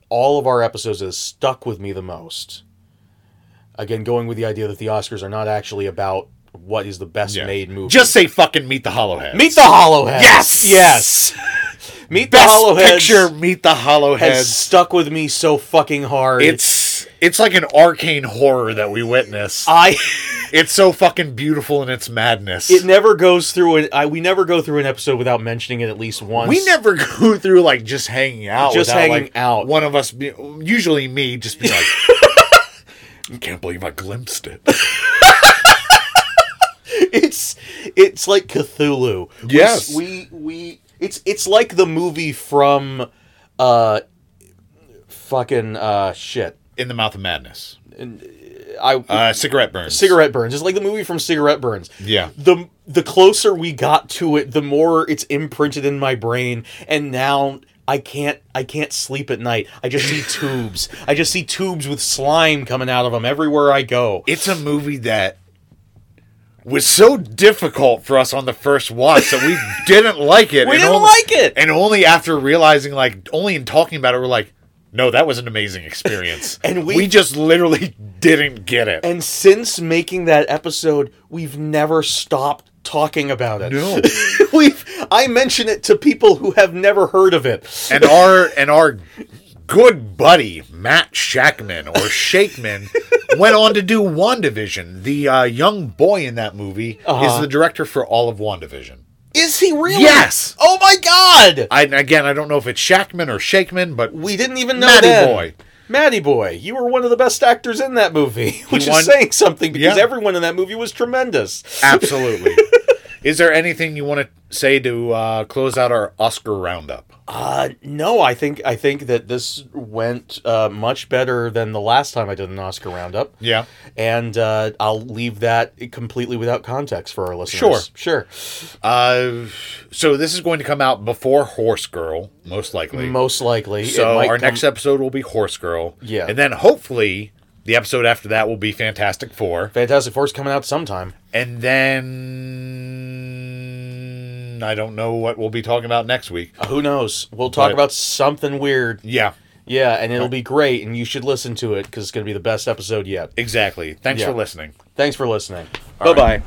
S5: all of our episodes that has stuck with me the most, again, going with the idea that the Oscars are not actually about what is the best
S1: Yeah.
S5: made movie.
S1: Just say fucking Meet the Hollowhead.
S5: Meet the Hollowhead.
S1: Yes.
S5: Yes. Meet
S1: best
S5: the Hollowhead
S1: picture. Meet the
S5: has
S1: Hollowhead.
S5: stuck with me so fucking hard.
S1: It's It's like an arcane horror that we witness.
S5: I
S1: It's so fucking beautiful in its madness.
S5: it never goes through it. I we never go through an episode without mentioning it at least once.
S1: we never go through like just hanging out.
S5: Just
S1: without,
S5: hanging
S1: like,
S5: out.
S1: One of us, be, usually me, just be like, I can't believe I glimpsed it.
S5: It's it's like Cthulhu. We s-
S1: Yes.
S5: we we it's it's like the movie from uh fucking uh shit.
S1: In the mouth of madness.
S5: I
S1: Uh, cigarette burns.
S5: Cigarette Burns. It's like the movie from Cigarette Burns.
S1: Yeah.
S5: The the closer we got to it, the more it's imprinted in my brain, and now I can't I can't sleep at night. I just see tubes. I just see tubes with slime coming out of them everywhere I go.
S1: It's a movie that was so difficult for us on the first watch that we didn't like it.
S5: We
S1: and
S5: didn't
S1: only-
S5: like it!
S1: And only after realizing, like, only in talking about it, we're like, no, that was an amazing experience.
S5: And we-
S1: we just literally didn't get it.
S5: And since making that episode, we've never stopped talking about it.
S1: No.
S5: we've I mention it to people who have never heard of it.
S1: and our and our good buddy Matt Shackman or Shakeman went on to do WandaVision. The uh, young boy in that movie
S5: Uh-huh.
S1: is the director for all of WandaVision.
S5: Is he really?
S1: Yes!
S5: Oh my god!
S1: I, and again, I don't know if it's Shackman or Shakeman, but
S5: We didn't even know
S1: Matty
S5: then.
S1: Boy.
S5: Matty Boy, you were one of the best actors in that movie, which
S1: won-
S5: is saying something because
S1: Yeah.
S5: everyone in that movie was tremendous.
S1: absolutely. is there anything you want to say to uh, close out our Oscar roundup?
S5: Uh, no, I think I think that this went uh, much better than the last time I did an Oscar roundup.
S1: Yeah.
S5: and uh, I'll leave that completely without context for our listeners. Sure, sure.
S1: Uh, so this is going to come out before Horse Girl, most likely.
S5: Most likely,
S1: So our
S5: come-
S1: next e-, episode will be Horse Girl.
S5: Yeah.
S1: And then hopefully the episode after that will be Fantastic Four.
S5: Fantastic Four's coming out sometime.
S1: And then I don't know what we'll be talking about next week.
S5: Uh, Who knows? We'll talk
S1: But-
S5: about something weird.
S1: Yeah,
S5: Yeah, and it'll be great, and you should listen to it because it's going to be the best episode yet.
S1: exactly. Thanks
S5: Yeah.
S1: for listening.
S5: Thanks for listening. Bye bye.